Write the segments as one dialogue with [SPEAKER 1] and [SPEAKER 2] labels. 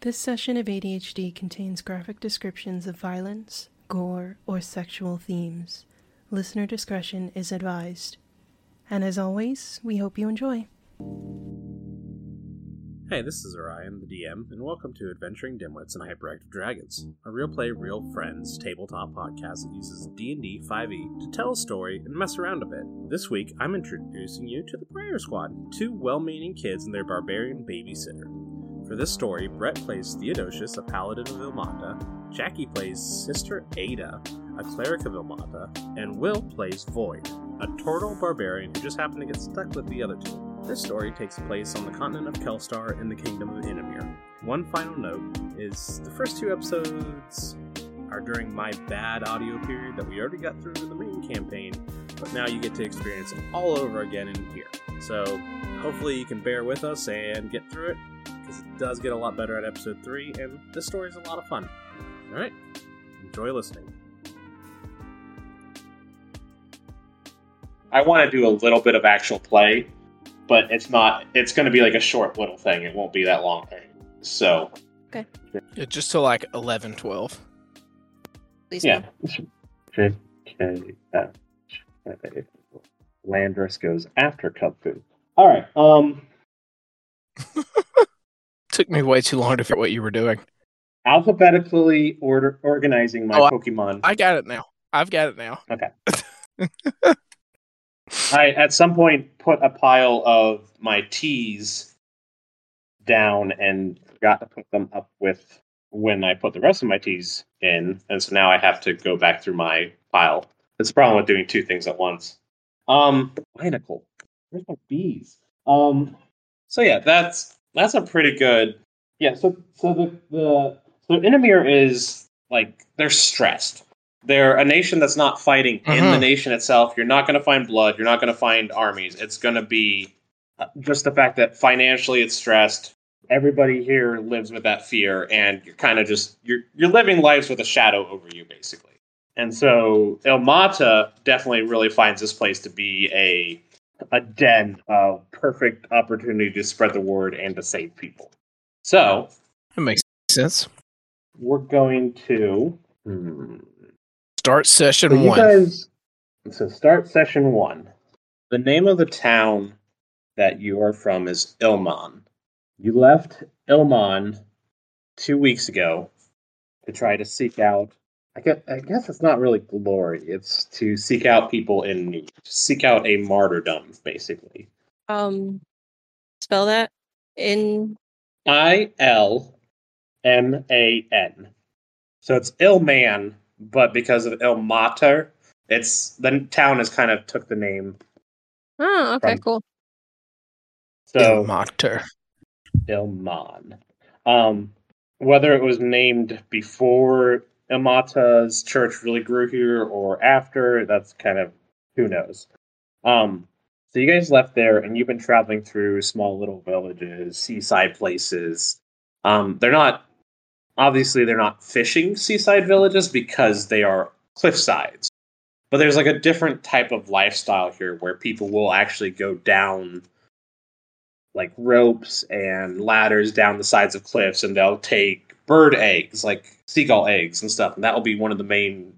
[SPEAKER 1] This session of ADHD contains graphic descriptions of violence, gore, or sexual themes. Listener discretion is advised. And as always, we hope you enjoy.
[SPEAKER 2] Hey, this is Orion, the DM, and welcome to Adventuring Dimwits and Hyperactive Dragons, a real play, real friends tabletop podcast that uses D&D 5e E to tell a story and mess around a bit. This week, I'm introducing you to the Prayer Squad, two well-meaning kids and their barbarian babysitter. For this story, Brett plays Theodosius, a paladin of Ilmata, Jackie plays Sister Ada, a cleric of Ilmata, and Will plays Void, a turtle barbarian who just happened to get stuck with the other two. This story takes place on the continent of Kelstar in the kingdom of Inamir. One final note is the first two episodes are during my bad audio period that we already got through in the main campaign, but now you get to experience it all over again in here. So hopefully you can bear with us and get through it, because it does get a lot better at episode three, and this story is a lot of fun. All right, enjoy listening.
[SPEAKER 3] I want to do a little bit of actual play, but it's not. It's going to be like a short little thing. It won't be that long thing. So
[SPEAKER 4] Yeah, just to like 11, 12.
[SPEAKER 5] Please
[SPEAKER 3] Yeah.
[SPEAKER 5] no.
[SPEAKER 3] okay, that Landris goes after Cub Food. All right. Um,
[SPEAKER 4] Took me way too long to figure out what you were doing.
[SPEAKER 3] alphabetically order organizing my
[SPEAKER 4] Oh, I-
[SPEAKER 3] Pokemon.
[SPEAKER 4] I got it now. I've got it now.
[SPEAKER 3] Okay. I at some point put a pile of my teas down and forgot to put them up with when I put the rest of my teas in, and so now I have to go back through my pile. That's the problem with doing two things at once. Um, Binacle. Where's my bees? Um, so yeah, that's that's a pretty good. Yeah, so so the the so Inamir is like they're stressed. They're a nation that's not fighting in the
[SPEAKER 4] Mhm.
[SPEAKER 3] nation itself. You're not going to find blood. You're not going to find armies. It's going to be uh, just the fact that financially it's stressed. Everybody here lives with that fear, and you're kind of just you're you're living lives with a shadow over you, basically. And so Elmata definitely really finds this place to be a a den of perfect opportunity to spread the word and to save people. So
[SPEAKER 4] That makes sense.
[SPEAKER 3] we're going to hmm,
[SPEAKER 4] Start session
[SPEAKER 3] so you
[SPEAKER 4] one.
[SPEAKER 3] guys. So start session one. The name of the town that you are from is Ilman. You left Ilman two weeks ago to try to seek out. I guess, I guess it's not really glory. It's to seek out people in need, seek out a martyrdom, basically.
[SPEAKER 5] Um, spell that in.
[SPEAKER 3] I L M A N. So it's ill man, but because of ill mater, it's the town has kind of took the name.
[SPEAKER 5] Oh, okay,
[SPEAKER 3] From-
[SPEAKER 5] cool.
[SPEAKER 3] So
[SPEAKER 4] Mockter.
[SPEAKER 3] Ilman. Um, whether it was named before Imata's church really grew here or after, that's kind of who knows. Um, so you guys left there and you've been traveling through small little villages, seaside places. Um, they're not obviously they're not fishing seaside villages because they are cliff sides. But there's like a different type of lifestyle here where people will actually go down like ropes and ladders down the sides of cliffs and they'll take bird eggs like seagull eggs and stuff and that will be one of the main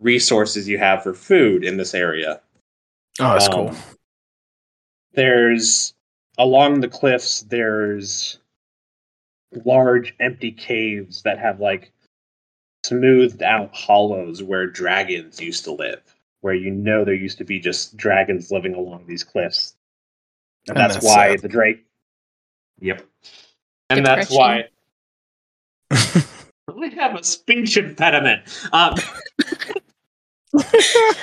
[SPEAKER 3] resources you have for food in this area
[SPEAKER 4] Oh, that's
[SPEAKER 3] um,
[SPEAKER 4] cool.
[SPEAKER 3] there's along the cliffs there's large empty caves that have like smoothed out hollows where dragons used to live where you know there used to be just dragons living along these cliffs and,
[SPEAKER 4] And
[SPEAKER 3] that's,
[SPEAKER 4] that's
[SPEAKER 3] why
[SPEAKER 4] sad.
[SPEAKER 3] the drake yep and that's
[SPEAKER 5] Depression.
[SPEAKER 3] why i have a speech impediment um,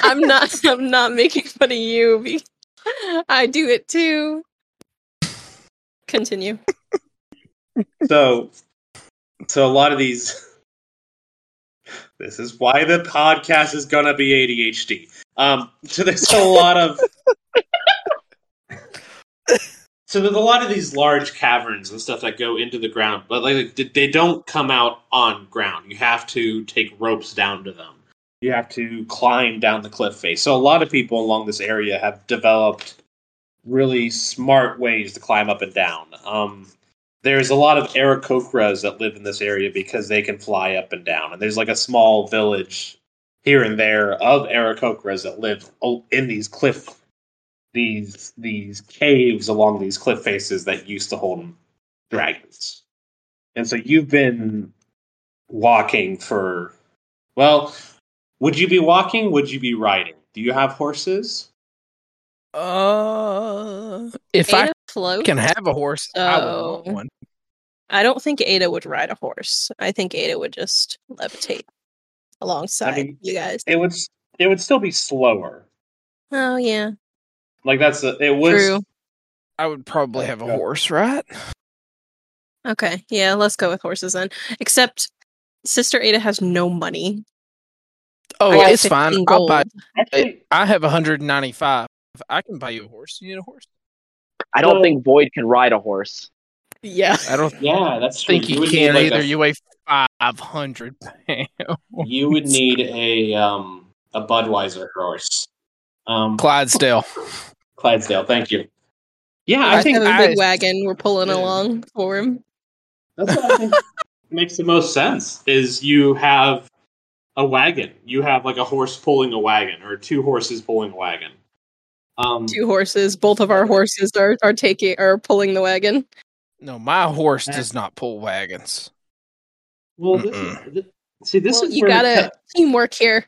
[SPEAKER 5] I'm not. I'm not making fun of you. be- I do it too. Continue.
[SPEAKER 3] so so a lot of these this is why the podcast is gonna be adhd um so there's a lot of so there's a lot of these large caverns and stuff that go into the ground but like they- they don't come out on ground you have to take ropes down to them you have to climb down the cliff face so a lot of people along this area have developed really smart ways to climb up and down um there's a lot of Aarakocras that live in this area because they can fly up and down. And there's like a small village here and there of Aarakocras that live o- in these cliff, these these caves along these cliff faces that used to hold dragons. And so you've been walking for, well, would you be walking? Would you be riding? Do you have horses?
[SPEAKER 4] Uh,
[SPEAKER 3] um,
[SPEAKER 4] if I
[SPEAKER 5] Ada floats?
[SPEAKER 4] can have a horse, I would want
[SPEAKER 5] So-
[SPEAKER 4] one.
[SPEAKER 5] I don't think Ada would ride a horse. I think Ada would just levitate alongside
[SPEAKER 3] mean-
[SPEAKER 5] you guys.
[SPEAKER 3] It would s- it would still be slower.
[SPEAKER 5] Oh yeah,
[SPEAKER 3] Like that's the it was
[SPEAKER 5] true.
[SPEAKER 4] I would probably have a
[SPEAKER 3] Yeah.
[SPEAKER 4] horse, right?
[SPEAKER 5] Okay, yeah, let's go with horses then. Except Sister Ada has no money.
[SPEAKER 4] Oh,
[SPEAKER 5] I got
[SPEAKER 4] it's fine.
[SPEAKER 5] 15
[SPEAKER 4] I'll buy.
[SPEAKER 5] gold.
[SPEAKER 3] actually
[SPEAKER 4] I have 195. I can buy you a horse. You need a horse?
[SPEAKER 6] I don't
[SPEAKER 3] Well-
[SPEAKER 6] think Void can ride a horse.
[SPEAKER 5] Yeah,
[SPEAKER 4] I don't
[SPEAKER 3] Yeah, that's true.
[SPEAKER 4] think you,
[SPEAKER 3] would need,
[SPEAKER 4] can
[SPEAKER 3] like,
[SPEAKER 4] either.
[SPEAKER 3] a-
[SPEAKER 4] you weigh 500 pounds.
[SPEAKER 3] you would need a um a Budweiser horse. Um
[SPEAKER 4] Clydesdale.
[SPEAKER 3] Clydesdale, thank you. Yeah, I
[SPEAKER 5] I
[SPEAKER 3] think
[SPEAKER 5] think a big
[SPEAKER 4] I-
[SPEAKER 5] wagon we're pulling
[SPEAKER 4] Yeah.
[SPEAKER 5] along for him.
[SPEAKER 3] that's what I think makes the most sense is you have a wagon. You have like a horse pulling a wagon or two horses pulling a wagon. Um
[SPEAKER 5] Two horses. Both of our horses are are taking are pulling the wagon.
[SPEAKER 4] No, my horse does not pull wagons.
[SPEAKER 3] well this is, thi- see this
[SPEAKER 5] Well,
[SPEAKER 3] is
[SPEAKER 5] you
[SPEAKER 3] where
[SPEAKER 5] got
[SPEAKER 3] the
[SPEAKER 5] to teamwork here.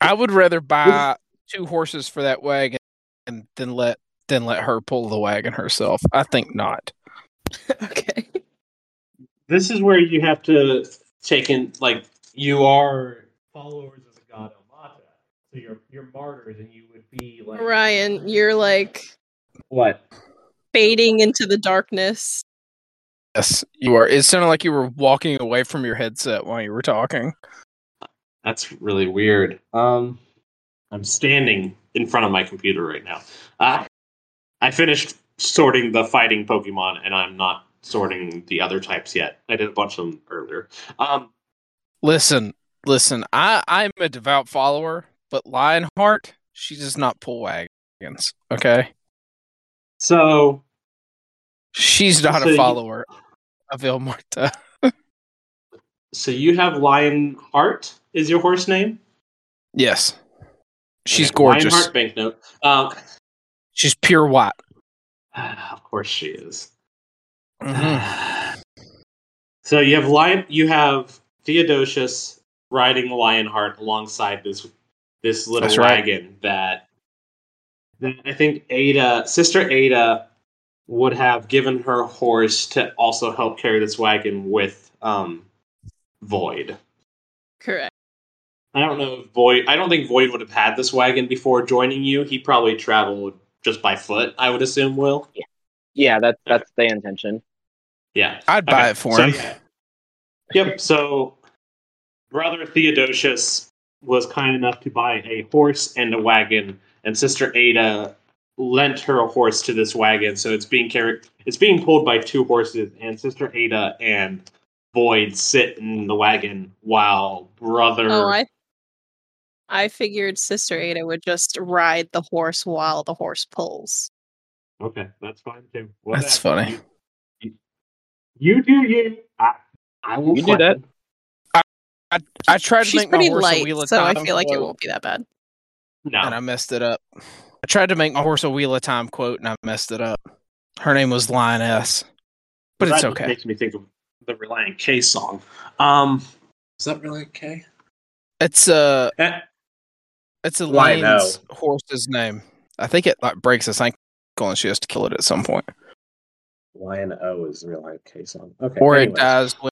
[SPEAKER 4] I would rather buy two horses for that wagon and then let than let her pull the wagon herself. I think not.
[SPEAKER 5] Okay.
[SPEAKER 3] this is where you have to take in like you are followers of the god Amata, so you're you're martyrs, and you would be like
[SPEAKER 5] Ryan, you're like
[SPEAKER 3] What?
[SPEAKER 5] fading into the darkness.
[SPEAKER 4] Yes, you are. It sounded like you were walking away from your headset while you were talking.
[SPEAKER 3] That's really weird. Um, I'm standing in front of my computer right now. Uh, I finished sorting the fighting Pokemon, and I'm not sorting the other types yet. I did a bunch of them earlier. Um,
[SPEAKER 4] Listen, listen. I I'm a devout follower, but Lionheart, she does not pull wagons. Okay,
[SPEAKER 3] so
[SPEAKER 4] she's not
[SPEAKER 3] So
[SPEAKER 4] a
[SPEAKER 3] you-
[SPEAKER 4] follower of Il Marta.
[SPEAKER 3] so you have Lionheart is your horse name?
[SPEAKER 4] Yes, she's
[SPEAKER 3] Okay,
[SPEAKER 4] gorgeous.
[SPEAKER 3] Lionheart banknote. Um,
[SPEAKER 4] She's pure white.
[SPEAKER 3] of course she is.
[SPEAKER 4] Mhm.
[SPEAKER 3] So you have lion, you have Theodosius riding Lionheart alongside this this little
[SPEAKER 4] That's right.
[SPEAKER 3] wagon that that I think Ada, sister Ada, would have given her horse to also help carry this wagon with um, Void.
[SPEAKER 5] Correct.
[SPEAKER 3] I don't know if Void. I don't think Void would have had this wagon before joining you. He probably traveled just by foot. I would assume. Will.
[SPEAKER 6] Yeah, that that's the intention.
[SPEAKER 3] Yeah.
[SPEAKER 4] I'd buy it for
[SPEAKER 3] so,
[SPEAKER 4] him.
[SPEAKER 3] yeah. Yep. So, brother Theodosius was kind enough to buy a horse and a wagon, and sister Ada lent her a horse to this wagon. So it's being carried. It's being pulled by two horses, and sister Ada and Void sit in the wagon while brother.
[SPEAKER 5] Oh, I I figured Sister Ada would just ride the horse while the horse pulls.
[SPEAKER 3] Okay, that's fine too.
[SPEAKER 4] That's
[SPEAKER 3] Whatever.
[SPEAKER 4] funny.
[SPEAKER 3] You, you- you do you. I, I won't
[SPEAKER 6] You do that.
[SPEAKER 3] question.
[SPEAKER 4] I tried to
[SPEAKER 5] She's
[SPEAKER 4] make my
[SPEAKER 5] pretty
[SPEAKER 4] horse a
[SPEAKER 5] light,
[SPEAKER 4] wheel of
[SPEAKER 5] so I
[SPEAKER 4] time
[SPEAKER 5] feel like it
[SPEAKER 4] quote,
[SPEAKER 5] won't be that bad.
[SPEAKER 3] No.
[SPEAKER 4] and I messed it up. I tried to make my horse a wheel of time quote, and I messed it up. Her name was Lioness, but
[SPEAKER 3] That
[SPEAKER 4] it's
[SPEAKER 3] just
[SPEAKER 4] okay.
[SPEAKER 3] Makes me think of the Reliant K song. Um, is that Reliant K?
[SPEAKER 4] It's a
[SPEAKER 3] Eh,
[SPEAKER 4] it's a
[SPEAKER 3] Lion-O.
[SPEAKER 4] lion's horse's name. I think it like breaks its ankle, and she has to kill it at some point,
[SPEAKER 3] Lion O is the Reliant K song. Okay.
[SPEAKER 4] or it
[SPEAKER 3] anyways.
[SPEAKER 4] dies when.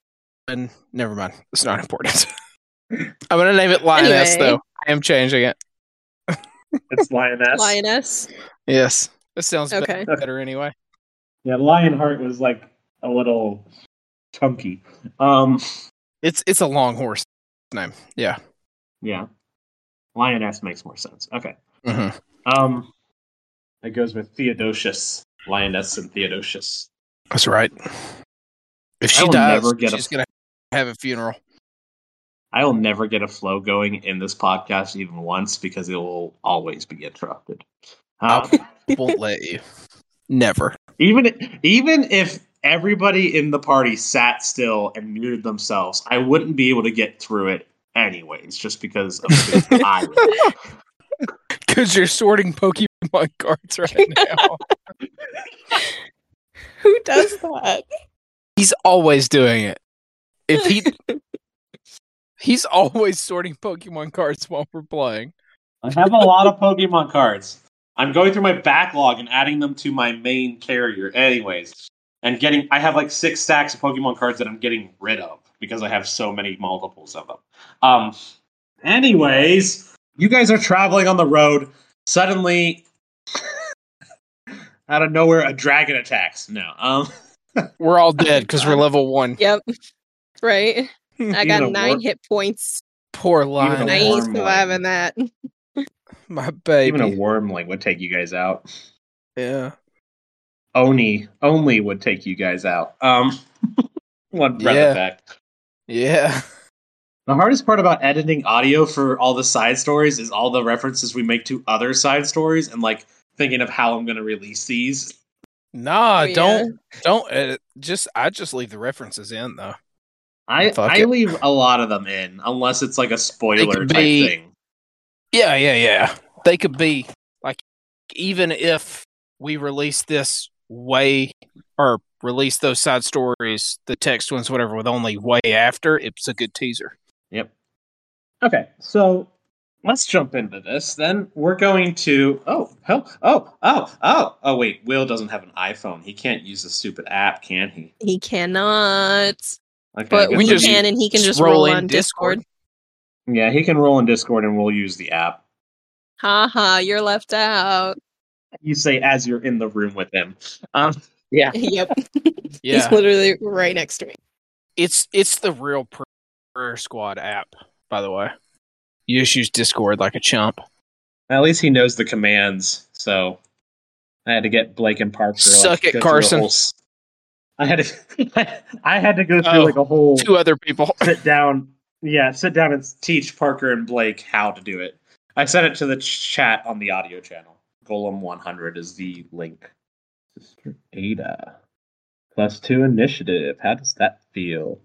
[SPEAKER 4] when- Never mind. It's not important. I'm gonna name it Lioness
[SPEAKER 5] Anyway.
[SPEAKER 4] though. I am changing it.
[SPEAKER 3] It's Lioness.
[SPEAKER 5] Lioness.
[SPEAKER 4] Yes, it sounds be-
[SPEAKER 5] Okay.
[SPEAKER 4] better anyway.
[SPEAKER 3] Yeah, Lionheart was like a little chunky. Um,
[SPEAKER 4] It's it's a long horse name. Yeah.
[SPEAKER 3] yeah. Lioness makes more sense. Okay.
[SPEAKER 4] hmm
[SPEAKER 3] Um, that goes with Theodosius. Lioness and Theodosius.
[SPEAKER 4] That's right. If
[SPEAKER 3] I
[SPEAKER 4] she
[SPEAKER 3] will
[SPEAKER 4] dies,
[SPEAKER 3] never get a-
[SPEAKER 4] she's gonna have a funeral.
[SPEAKER 3] I will never get a flow going in this podcast even once because it will always be interrupted. Um,
[SPEAKER 4] Won't let you. Never.
[SPEAKER 3] even even if everybody in the party sat still and muted themselves, I wouldn't be able to get through it anyways, just because of the I
[SPEAKER 4] Because you're sorting Pokemon cards right now.
[SPEAKER 5] Who does that?
[SPEAKER 4] he's always doing it. If he he's always sorting Pokemon cards while we're playing.
[SPEAKER 3] I have a lot of Pokemon cards. I'm going through my backlog and adding them to my main carrier, anyways. And getting, I have like six stacks of Pokemon cards that I'm getting rid of because I have so many multiples of them. Um, anyways, you guys are traveling on the road. Suddenly, out of nowhere, a dragon attacks. No, um,
[SPEAKER 4] We're all dead because we're level one.
[SPEAKER 5] Yep. Right. I
[SPEAKER 3] Even a
[SPEAKER 5] got nine
[SPEAKER 3] wor-
[SPEAKER 5] hit points.
[SPEAKER 4] Poor
[SPEAKER 3] Even
[SPEAKER 5] And I
[SPEAKER 3] a
[SPEAKER 4] Lionel,
[SPEAKER 5] ain't
[SPEAKER 3] worm
[SPEAKER 5] surviving that.
[SPEAKER 4] my baby.
[SPEAKER 3] even a wormling would take you guys out.
[SPEAKER 4] yeah.
[SPEAKER 3] Oni only would take you guys out. Um, one breath
[SPEAKER 4] Yeah.
[SPEAKER 3] back.
[SPEAKER 4] Yeah.
[SPEAKER 3] The hardest part about editing audio for all the side stories is all the references we make to other side stories and like thinking of how I'm going to release these.
[SPEAKER 4] Nah,
[SPEAKER 5] Oh, yeah.
[SPEAKER 4] don't don't edit. Just I just leave the references in though.
[SPEAKER 3] I
[SPEAKER 4] Fuck
[SPEAKER 3] I
[SPEAKER 4] it.
[SPEAKER 3] leave a lot of them in unless it's like a spoiler
[SPEAKER 4] could
[SPEAKER 3] type
[SPEAKER 4] be-
[SPEAKER 3] thing.
[SPEAKER 4] Yeah, yeah, yeah. They could be like even if we release this way or release those side stories, the text ones, whatever, with only way after, it's a good teaser.
[SPEAKER 3] Yep. Okay, so let's jump into this. Then we're going to oh oh oh oh oh oh wait, Will doesn't have an iPhone. He can't use the stupid app, can he?
[SPEAKER 5] He cannot.
[SPEAKER 3] Okay, I guess
[SPEAKER 5] But we
[SPEAKER 4] we just
[SPEAKER 5] can, and he can just roll, on Discord.
[SPEAKER 3] yeah, he can roll in Discord and we'll use the app.
[SPEAKER 5] Ha ha! You're left out.
[SPEAKER 3] You say as you're in the room with him. Um,
[SPEAKER 5] yep. He's
[SPEAKER 4] Yeah.
[SPEAKER 5] literally right next to me.
[SPEAKER 4] It's it's the real pr- prayer squad app, by the way. You just use Discord like a chump.
[SPEAKER 3] At least he knows the commands. So I had to get Blake and Parker.
[SPEAKER 4] Suck it,
[SPEAKER 3] go through a
[SPEAKER 4] Carson.
[SPEAKER 3] whole s- I had to. I had to go through
[SPEAKER 4] Oh,
[SPEAKER 3] like a whole
[SPEAKER 4] Two other people.
[SPEAKER 3] sit down. Yeah, sit down and s- teach Parker and Blake how to do it. I sent it to the ch- chat on the audio channel. Golem 100 is the link. Sister Ada. Plus two initiative. How does that feel?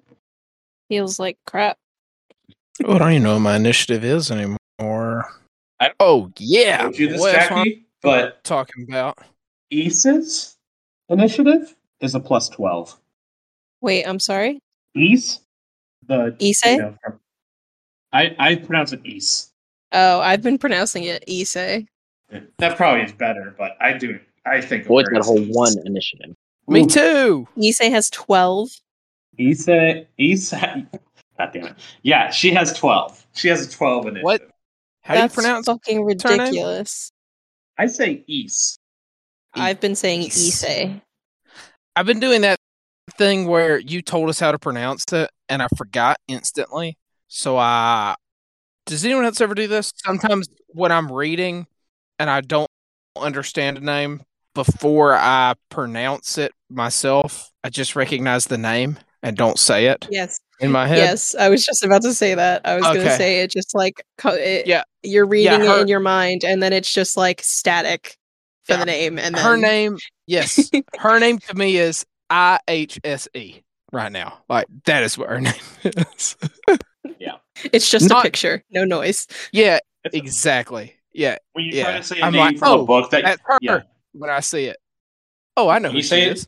[SPEAKER 5] Feels like crap.
[SPEAKER 4] Oh, I don't even know what my initiative is anymore. I, oh yeah.
[SPEAKER 3] Don't do this,
[SPEAKER 4] Well, that's what
[SPEAKER 3] Jackie, but E
[SPEAKER 4] I'm talking about.
[SPEAKER 3] Issa's initiative is a plus 12.
[SPEAKER 5] Wait, I'm sorry.
[SPEAKER 3] East, the
[SPEAKER 5] Ise?
[SPEAKER 3] you know, from- I I pronounce it East.
[SPEAKER 5] Oh, I've been pronouncing it Issei.
[SPEAKER 3] That probably is better, but I do I think. of
[SPEAKER 6] Boy, it's
[SPEAKER 3] her
[SPEAKER 6] got a
[SPEAKER 3] as
[SPEAKER 6] whole
[SPEAKER 3] Ise.
[SPEAKER 6] one initiative.
[SPEAKER 4] Me
[SPEAKER 3] Ooh.
[SPEAKER 4] too.
[SPEAKER 5] Issei has twelve.
[SPEAKER 3] Ise Ise. God damn it! Yeah, she has twelve. She has a twelve initiative.
[SPEAKER 4] What? How
[SPEAKER 5] That's
[SPEAKER 4] do you pronounce
[SPEAKER 5] fucking
[SPEAKER 4] name?
[SPEAKER 5] ridiculous.
[SPEAKER 3] I say East.
[SPEAKER 5] I've been saying
[SPEAKER 4] E Ise.
[SPEAKER 5] Issei.
[SPEAKER 4] I've been doing that thing where you told us how to pronounce it and I forgot instantly. So I does anyone else ever do this? Sometimes when I'm reading and I don't understand a name before I pronounce it myself, I just recognize the name and don't say it
[SPEAKER 5] Yes,
[SPEAKER 4] in my head.
[SPEAKER 5] yes. I was just about to say that. I was
[SPEAKER 4] Okay.
[SPEAKER 5] gonna say it. Just like co- it,
[SPEAKER 4] Yeah.
[SPEAKER 5] you're reading it
[SPEAKER 4] her-
[SPEAKER 5] in your mind, and then it's just like static for
[SPEAKER 4] Yeah.
[SPEAKER 5] the name, and then
[SPEAKER 4] Her name, yes, her name to me is I H S E right now. Like that is what her name is.
[SPEAKER 5] It's just a
[SPEAKER 4] Not-
[SPEAKER 5] picture, no noise.
[SPEAKER 4] yeah, exactly. Yeah,
[SPEAKER 3] When you try
[SPEAKER 4] yeah.
[SPEAKER 3] to say a
[SPEAKER 4] I'm
[SPEAKER 3] name
[SPEAKER 4] like,
[SPEAKER 3] from
[SPEAKER 4] oh,
[SPEAKER 3] a book that
[SPEAKER 4] that's her.
[SPEAKER 3] yeah,
[SPEAKER 4] when I see it. Oh, I know
[SPEAKER 3] You
[SPEAKER 4] who she
[SPEAKER 3] say it-
[SPEAKER 4] is.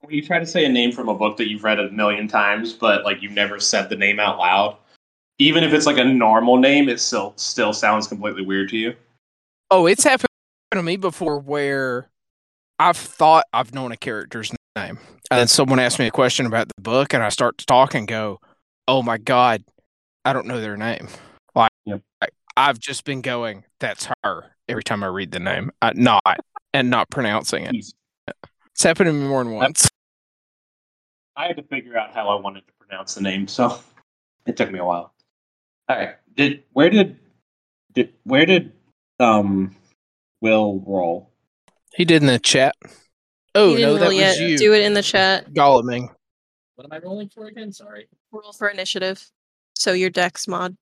[SPEAKER 3] when you try to say a name from a book that you've read a million times, but like you've never said the name out loud. Even if it's like a normal name, it still still sounds completely weird to you.
[SPEAKER 4] Oh, it's happened to me before where I've thought I've known a character's name, and then someone asked me a question about the book, and I start to talk and go, "Oh my god, I don't know their name." Like,
[SPEAKER 3] Yep.
[SPEAKER 4] like, I've just been going, "That's her" every time I read the name, uh, not and not pronouncing it.
[SPEAKER 3] East.
[SPEAKER 4] It's happened to me more than once.
[SPEAKER 3] I had to figure out how I wanted to pronounce the name, so it took me a while. All right. Did where did did where did um Will roll?
[SPEAKER 4] He did in the chat. Oh
[SPEAKER 5] You
[SPEAKER 4] no,
[SPEAKER 5] didn't
[SPEAKER 4] that
[SPEAKER 5] roll yet.
[SPEAKER 4] was you,
[SPEAKER 5] Do it in the chat.
[SPEAKER 4] Golluming.
[SPEAKER 7] What am I rolling for again? Sorry.
[SPEAKER 5] Roll for initiative. So your dex mod.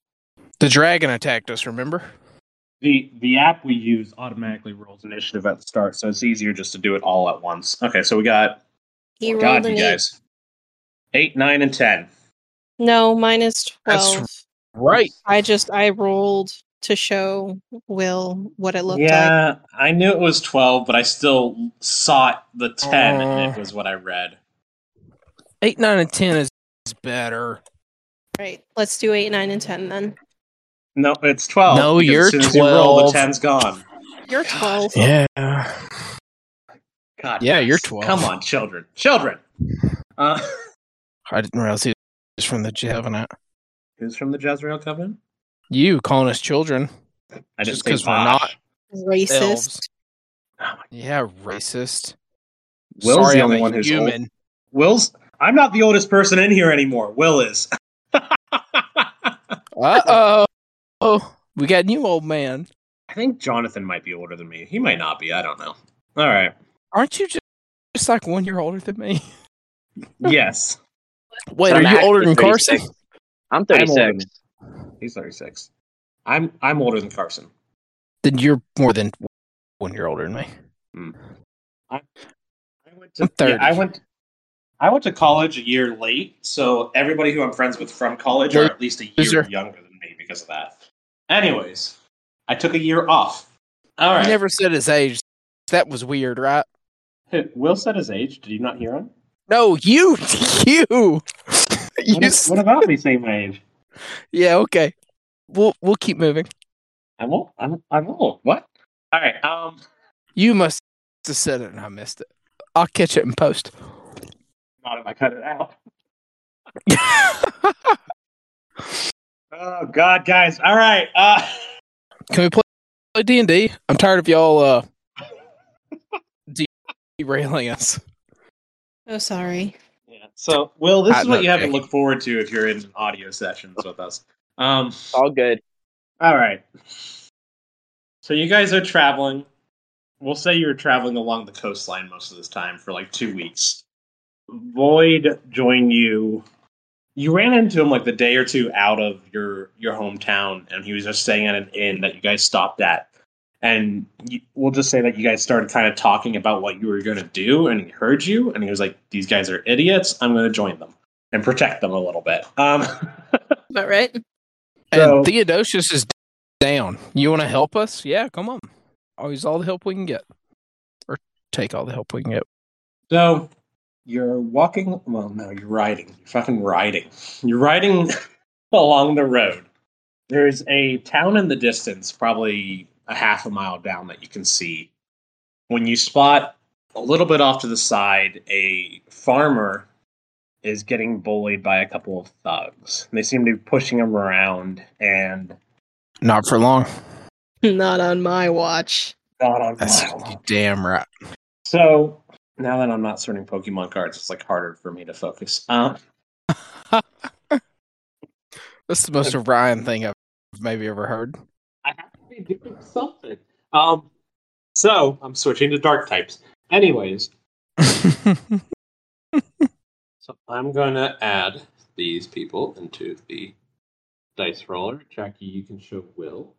[SPEAKER 4] The dragon attacked us. Remember?
[SPEAKER 3] The the app we use automatically rolls initiative at the start, so it's easier just to do it all at once. Okay, so we got oh
[SPEAKER 5] He
[SPEAKER 4] Oh,
[SPEAKER 5] rolled
[SPEAKER 3] God,
[SPEAKER 5] an
[SPEAKER 3] you
[SPEAKER 5] eight.
[SPEAKER 3] guys. Eight, nine, and ten.
[SPEAKER 5] No, minus
[SPEAKER 4] That's
[SPEAKER 5] twelve.
[SPEAKER 4] Right.
[SPEAKER 5] I just I rolled to show Will what it looked like.
[SPEAKER 3] yeah, I knew it was twelve, but I still sought the ten, and it
[SPEAKER 4] Aw.
[SPEAKER 3] was what I read.
[SPEAKER 4] Eight, nine, and ten is, is better.
[SPEAKER 5] Right. Let's do eight, nine, and ten then.
[SPEAKER 3] No, it's twelve.
[SPEAKER 4] No,
[SPEAKER 3] because
[SPEAKER 4] you're
[SPEAKER 3] as soon As you roll, the
[SPEAKER 4] 12.
[SPEAKER 3] ten's gone.
[SPEAKER 5] You're twelve.
[SPEAKER 4] Yeah.
[SPEAKER 3] God.
[SPEAKER 4] Yeah, you're
[SPEAKER 3] guys.
[SPEAKER 4] 12.
[SPEAKER 3] Come on, children, children. Uh,
[SPEAKER 4] I didn't realize he was from the Covenant.
[SPEAKER 3] who's from the Jezreel Covenant?
[SPEAKER 4] You calling us children?
[SPEAKER 3] I
[SPEAKER 4] Just
[SPEAKER 3] think
[SPEAKER 4] 'cause we're
[SPEAKER 3] Bosh.
[SPEAKER 4] not-
[SPEAKER 5] Racist.
[SPEAKER 4] Elves.
[SPEAKER 3] Oh my
[SPEAKER 4] Yeah, racist.
[SPEAKER 3] Will's
[SPEAKER 4] Sorry,
[SPEAKER 3] the
[SPEAKER 4] I'm
[SPEAKER 3] only
[SPEAKER 4] a
[SPEAKER 3] one who's old.
[SPEAKER 4] human.
[SPEAKER 3] Will's. I'm not the oldest person in here anymore. Will is.
[SPEAKER 4] Uh oh. Oh, we got a new old man.
[SPEAKER 3] I think Jonathan might be older than me. He might not be. I don't know. All right.
[SPEAKER 4] Aren't you just, just like one year older than me?
[SPEAKER 3] Yes.
[SPEAKER 4] Wait,
[SPEAKER 6] I'm
[SPEAKER 4] are you
[SPEAKER 6] actually
[SPEAKER 4] older than
[SPEAKER 6] 36.
[SPEAKER 4] Carson?
[SPEAKER 6] I'm
[SPEAKER 3] I'm older
[SPEAKER 6] 36.
[SPEAKER 3] He's 36. I'm I'm older than Carson.
[SPEAKER 4] Then you're more than one year older than me.
[SPEAKER 3] I went to
[SPEAKER 4] I'm 30.
[SPEAKER 3] yeah, I went I went to college a year late, so everybody who I'm friends with from college are at least a year
[SPEAKER 4] Loser.
[SPEAKER 3] younger than me because of that. Anyways, I took a year off. All right.
[SPEAKER 4] He never said his age. That was weird, right?
[SPEAKER 3] Will said his age. Did you not hear him?
[SPEAKER 4] No, you, you, you.
[SPEAKER 3] What,
[SPEAKER 4] s-
[SPEAKER 3] what about me saying my age?
[SPEAKER 4] yeah, okay. We'll we'll keep moving.
[SPEAKER 3] I'm old. I'm I'm old. What? All right. Um.
[SPEAKER 4] You must have said it, and I missed it. I'll catch it in post.
[SPEAKER 3] Not if I cut it out. Oh God, guys! All right, uh,
[SPEAKER 4] Can we play play D and D? I'm tired of y'all uh de- derailing us.
[SPEAKER 5] Oh sorry.
[SPEAKER 3] yeah. So, Will, this
[SPEAKER 4] I
[SPEAKER 3] is what
[SPEAKER 4] love
[SPEAKER 3] you have to
[SPEAKER 4] Jake.
[SPEAKER 3] look forward to if you're in audio sessions with us. Um,
[SPEAKER 6] All good.
[SPEAKER 3] all right. So you guys are traveling. We'll say you're traveling along the coastline most of this time for like two weeks. Void joined you. You ran into him like the day or two out of your your hometown, and he was just staying at an inn that you guys stopped at. And you, we'll just say that you guys started kind of talking about what you were going to do, and he heard you, and he was like, "These guys are idiots. I'm going to join them and protect them a little bit." Um,
[SPEAKER 5] But right?
[SPEAKER 3] So-
[SPEAKER 4] and Theodosius is down. You want to help us? Yeah, come on. I'll use all the help we can get, or take all the help we can get.
[SPEAKER 3] So you're walking. Well, no, you're riding. You're fucking riding. You're riding along the road. There's a town in the distance, probably a half a mile down, that you can see. When you spot a little bit off to the side, a farmer is getting bullied by a couple of thugs. They seem to be pushing him around and
[SPEAKER 4] Not for long.
[SPEAKER 5] Not on my watch.
[SPEAKER 3] not on
[SPEAKER 4] That's
[SPEAKER 3] file.
[SPEAKER 4] you damn right.
[SPEAKER 3] So now that I'm not sorting Pokemon cards, it's like harder for me to focus. Um,
[SPEAKER 4] That's the most Orion thing I've maybe ever heard.
[SPEAKER 3] I have to be doing something. Um, so I'm switching to dark types. Anyways, so I'm gonna add these people into the dice roller. Jackie, you can show Will.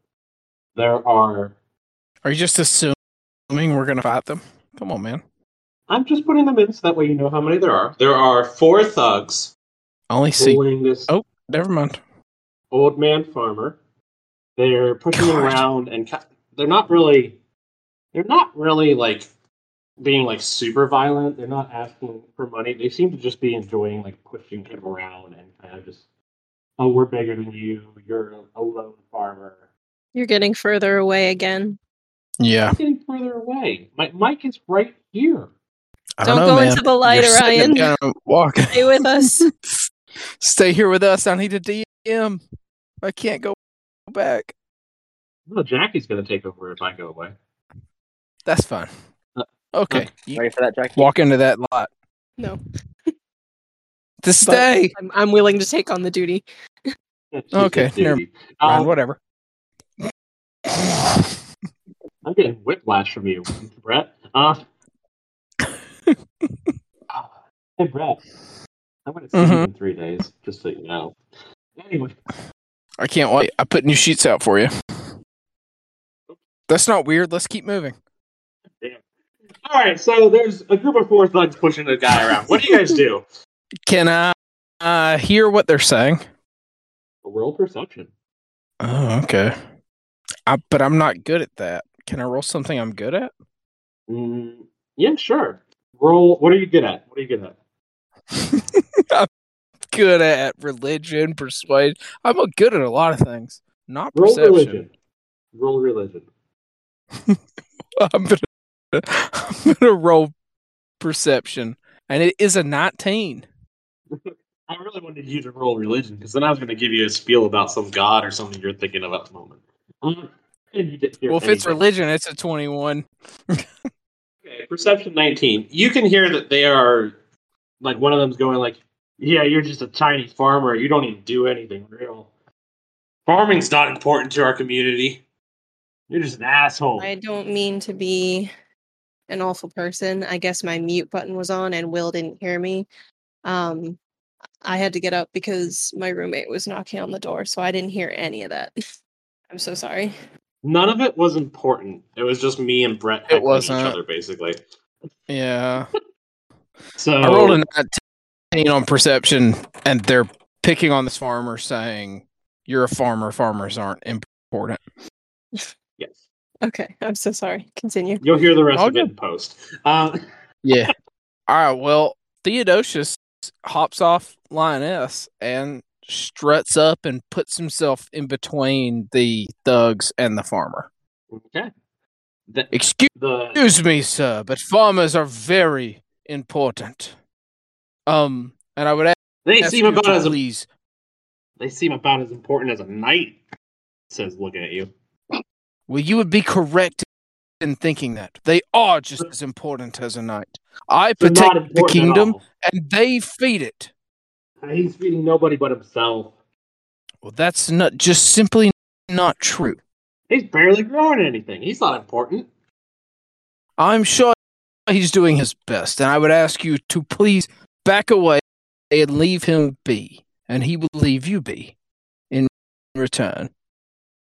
[SPEAKER 3] There are.
[SPEAKER 4] Are you just assuming we're gonna fight them? Come on, man.
[SPEAKER 3] I'm just putting them in so that way you know how many there are. There are four thugs
[SPEAKER 4] I only see.
[SPEAKER 3] bullying this
[SPEAKER 4] Oh. Never mind.
[SPEAKER 3] old man farmer. They're pushing him
[SPEAKER 4] God.
[SPEAKER 3] around and ca- they're not really they're not really like being like super violent. They're not asking for money. They seem to just be enjoying like pushing him around and kind of just oh we're bigger than you. You're a lone farmer.
[SPEAKER 5] You're getting further away again.
[SPEAKER 4] Yeah,
[SPEAKER 3] I'm getting further away. My Mike is right here.
[SPEAKER 4] I
[SPEAKER 5] Don't
[SPEAKER 4] don't, know,
[SPEAKER 5] go
[SPEAKER 4] man.
[SPEAKER 5] into the light,
[SPEAKER 4] You're sitting
[SPEAKER 5] Orion.
[SPEAKER 4] down and walking.
[SPEAKER 5] Stay with us.
[SPEAKER 4] Stay here with us. I need a DM. I can't go back.
[SPEAKER 3] Well, Jackie's gonna take over if I go away.
[SPEAKER 4] That's fine.
[SPEAKER 3] Uh,
[SPEAKER 4] Okay, you
[SPEAKER 6] Ready for that, Jack?
[SPEAKER 4] walk into that lot
[SPEAKER 5] No.
[SPEAKER 4] to stay.
[SPEAKER 5] I'm, I'm willing to take on the duty.
[SPEAKER 3] She's
[SPEAKER 4] Okay,
[SPEAKER 3] a
[SPEAKER 4] never-
[SPEAKER 3] dude.
[SPEAKER 4] Ryan,
[SPEAKER 3] Um,
[SPEAKER 4] whatever.
[SPEAKER 3] I'm getting whiplash from you, Brett. Uh, hey, Brett. I'm going to see you
[SPEAKER 4] Mhm.
[SPEAKER 3] in three days, just so you know. Anyway,
[SPEAKER 4] I can't wait. I put new sheets out for you. That's not weird. Let's keep moving.
[SPEAKER 3] All right, so there's a group of four thugs pushing a guy around. What do you guys do?
[SPEAKER 4] Can I uh, hear what they're saying?
[SPEAKER 3] Roll perception.
[SPEAKER 4] Oh, okay. I, but I'm not good at that. Can I roll something I'm good at?
[SPEAKER 3] Mm, yeah, sure. Roll. What are you good at? What are you good at?
[SPEAKER 4] I'm good at religion, persuasion. I'm good at a lot of things. Not
[SPEAKER 3] Roll
[SPEAKER 4] perception.
[SPEAKER 3] religion. Roll religion.
[SPEAKER 4] I'm gonna, I'm gonna roll perception, and it is a 19.
[SPEAKER 3] I really wanted you to roll religion because then I was going to give you a spiel about some god or something you're thinking of at the moment. Um, and you didn't hear
[SPEAKER 4] Well, if it's
[SPEAKER 3] anything.
[SPEAKER 4] religion, it's a 21.
[SPEAKER 3] Okay, perception 19. You can hear that they are, like, one of them's going, like, yeah, you're just a Chinese farmer. You don't even do anything real. Farming's not important to our community. You're just an asshole.
[SPEAKER 5] I don't mean to be an awful person. I guess my mute button was on and Will didn't hear me. Um, I had to get up because my roommate was knocking on the door, so I didn't hear any of that. I'm so sorry.
[SPEAKER 3] None of it was important. It was just me and Brett heckling
[SPEAKER 4] wasn't.
[SPEAKER 3] each other, basically.
[SPEAKER 4] Yeah.
[SPEAKER 3] So
[SPEAKER 4] I rolled a 19 on perception, and they're picking on this farmer, saying, You're a farmer. Farmers aren't important.
[SPEAKER 3] yes,
[SPEAKER 5] Okay, I'm so sorry. Continue.
[SPEAKER 3] you'll hear the rest
[SPEAKER 4] All
[SPEAKER 3] of it
[SPEAKER 4] good.
[SPEAKER 3] in post. Uh,
[SPEAKER 4] Yeah. All right. Well, Theodosius hops off Lioness and struts up and puts himself in between the thugs and the farmer.
[SPEAKER 3] okay. The,
[SPEAKER 4] Excuse
[SPEAKER 3] the
[SPEAKER 4] Excuse me, sir, but farmers are very important. Um, and I would ask
[SPEAKER 3] they
[SPEAKER 4] ask
[SPEAKER 3] seem
[SPEAKER 4] you
[SPEAKER 3] about
[SPEAKER 4] to
[SPEAKER 3] as
[SPEAKER 4] please.
[SPEAKER 3] they seem about as important as a knight. Says looking at you.
[SPEAKER 4] Well, you would be correct in thinking that they are just as important as a knight. I
[SPEAKER 3] They're not
[SPEAKER 4] protect the
[SPEAKER 3] important at
[SPEAKER 4] kingdom,
[SPEAKER 3] all.
[SPEAKER 4] and they feed it.
[SPEAKER 3] He's feeding nobody but himself.
[SPEAKER 4] Well, that's not just simply not true.
[SPEAKER 3] He's barely growing anything. He's not important.
[SPEAKER 4] I'm sure he's doing his best, and I would ask you to please back away and leave him be, and he will leave you be in return.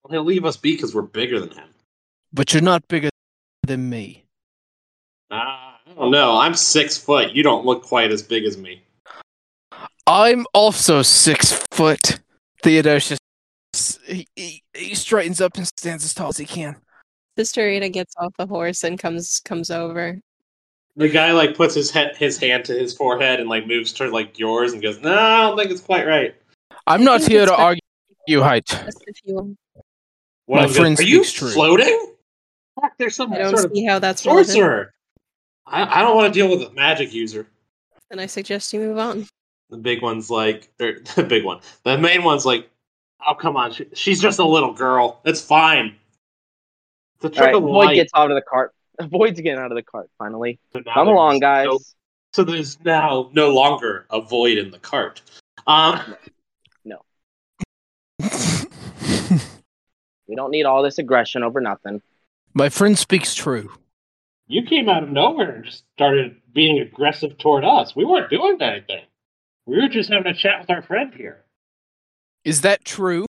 [SPEAKER 3] Well, he'll leave us be because we're bigger than him.
[SPEAKER 4] but you're not bigger than me.
[SPEAKER 3] Ah, I don't know. I'm six foot. You don't look quite as big as me.
[SPEAKER 4] I'm also six foot. Theodosius, he, he, he straightens up and stands as tall as he can.
[SPEAKER 5] Sister Ada gets off the horse and comes comes over.
[SPEAKER 3] The guy like puts his head, his hand to his forehead and like moves to like yours and goes, "No, I don't think it's quite right."
[SPEAKER 4] I'm not
[SPEAKER 5] think
[SPEAKER 4] here
[SPEAKER 5] it's
[SPEAKER 4] to
[SPEAKER 5] fair.
[SPEAKER 4] argue you height.
[SPEAKER 5] Just if you-
[SPEAKER 3] One
[SPEAKER 4] My
[SPEAKER 3] of them goes,
[SPEAKER 4] friend
[SPEAKER 3] "Are you
[SPEAKER 4] speaks true."
[SPEAKER 3] floating? Fuck, there's some
[SPEAKER 5] I don't
[SPEAKER 3] sort of
[SPEAKER 5] see how that's relevant.
[SPEAKER 3] sorcerer. I, I don't want to deal with a magic user."
[SPEAKER 5] Then I suggest you move on.
[SPEAKER 3] The big one's like, or, the big one. The main one's like, "Oh come on, she, she's just a little girl. It's fine." It's a
[SPEAKER 6] All
[SPEAKER 3] trick
[SPEAKER 6] right,
[SPEAKER 3] of the
[SPEAKER 6] Void
[SPEAKER 3] light.
[SPEAKER 6] gets out of the cart. Void's getting out of the cart finally.
[SPEAKER 3] So now
[SPEAKER 6] Come
[SPEAKER 3] there's
[SPEAKER 6] along, guys.
[SPEAKER 3] no- so there's now no longer a void in the cart. Um,
[SPEAKER 6] We don't need all this aggression over nothing.
[SPEAKER 4] My friend speaks true.
[SPEAKER 3] you came out of nowhere and just started being aggressive toward us. We weren't doing anything. We were just having a chat with our friend here.
[SPEAKER 4] Is that true?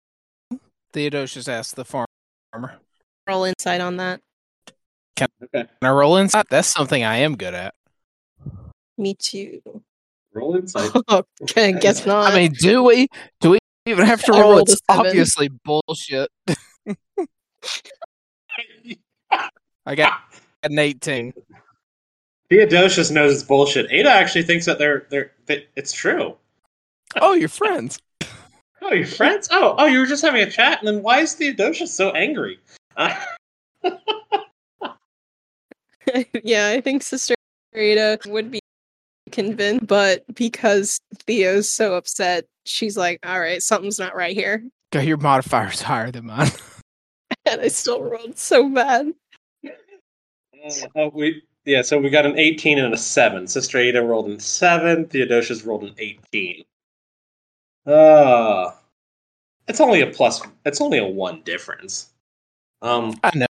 [SPEAKER 4] Theodosius asked the farmer. Can
[SPEAKER 5] Roll insight on that.
[SPEAKER 3] Okay.
[SPEAKER 4] I roll inside? That's something I am good at.
[SPEAKER 5] Me too.
[SPEAKER 3] Roll insight.
[SPEAKER 5] okay, guess not.
[SPEAKER 4] I mean, do we? Do we even have to
[SPEAKER 5] I
[SPEAKER 4] roll?
[SPEAKER 5] rolled a
[SPEAKER 4] It's
[SPEAKER 5] seven.
[SPEAKER 4] obviously bullshit. I got an 18.
[SPEAKER 3] Theodosius knows it's bullshit. Ada actually thinks that they're they're that it's true.
[SPEAKER 4] Oh, you're friends.
[SPEAKER 3] Oh, your friends? Oh, oh, you were just having a chat, and then why is Theodosius so angry? Uh,
[SPEAKER 5] yeah, I think Sister Rita would be convinced, but because Theo's so upset, she's like, all right, something's not right here.
[SPEAKER 4] Go, your modifier's higher than mine.
[SPEAKER 5] And I still rolled so bad.
[SPEAKER 3] oh, we yeah. So we got an eighteen and a seven. Sister Ada rolled an seven. Theodosius rolled an eighteen. Uh it's only a plus. It's only a one difference. Um,
[SPEAKER 4] I know,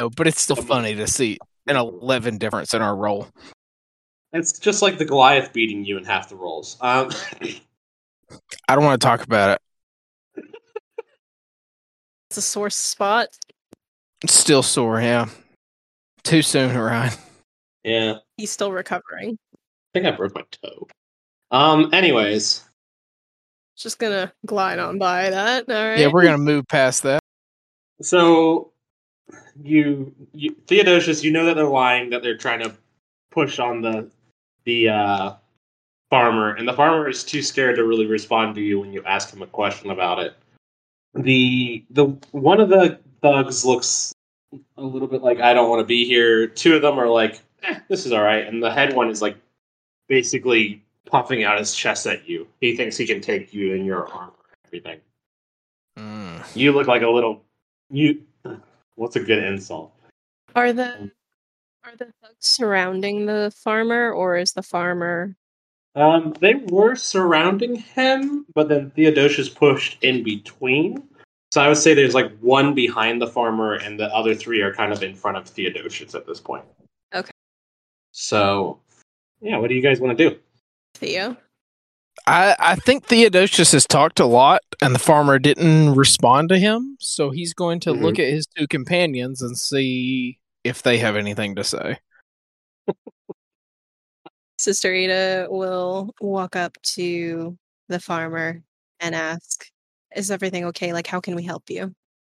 [SPEAKER 4] know, but it's still funny to see an 11 difference in our roll.
[SPEAKER 3] it's just like the Goliath beating you in half the rolls. Um,
[SPEAKER 4] I don't want to talk about it.
[SPEAKER 5] It's a sore spot.
[SPEAKER 4] It's still sore, yeah. Too soon, Ryan.
[SPEAKER 3] Yeah.
[SPEAKER 5] He's still recovering.
[SPEAKER 3] I think I broke my toe. Um. Anyways,
[SPEAKER 5] Just gonna glide on by that. All right.
[SPEAKER 4] Yeah, we're gonna move past that.
[SPEAKER 3] so you, you Theodosius, you know that they're lying that they're trying to push on the the uh, farmer, and the farmer is too scared to really respond to you when you ask him a question about it. The the one of the thugs looks a little bit like I don't want to be here. Two of them are like, eh, this is all right, and the head one is like basically puffing out his chest at you. He thinks he can take you in your armor and everything.
[SPEAKER 4] Mm.
[SPEAKER 3] You look like a little you. What's a good insult?
[SPEAKER 5] Are the are the thugs surrounding the farmer, or is the farmer?
[SPEAKER 3] Um, they were surrounding him, but then Theodosius pushed in between. So I would say there's like one behind the farmer, and the other three are kind of in front of Theodosius at this point.
[SPEAKER 5] Okay.
[SPEAKER 3] So, yeah, what do you guys want to do?
[SPEAKER 5] Theo.
[SPEAKER 4] I I think Theodosius has talked a lot, and the farmer didn't respond to him, so he's going to
[SPEAKER 5] Mm-hmm.
[SPEAKER 4] look at his two companions and see if they have anything to say.
[SPEAKER 5] Sister Ada will walk up to the farmer and ask, "Is everything okay? Like, how can we help you?"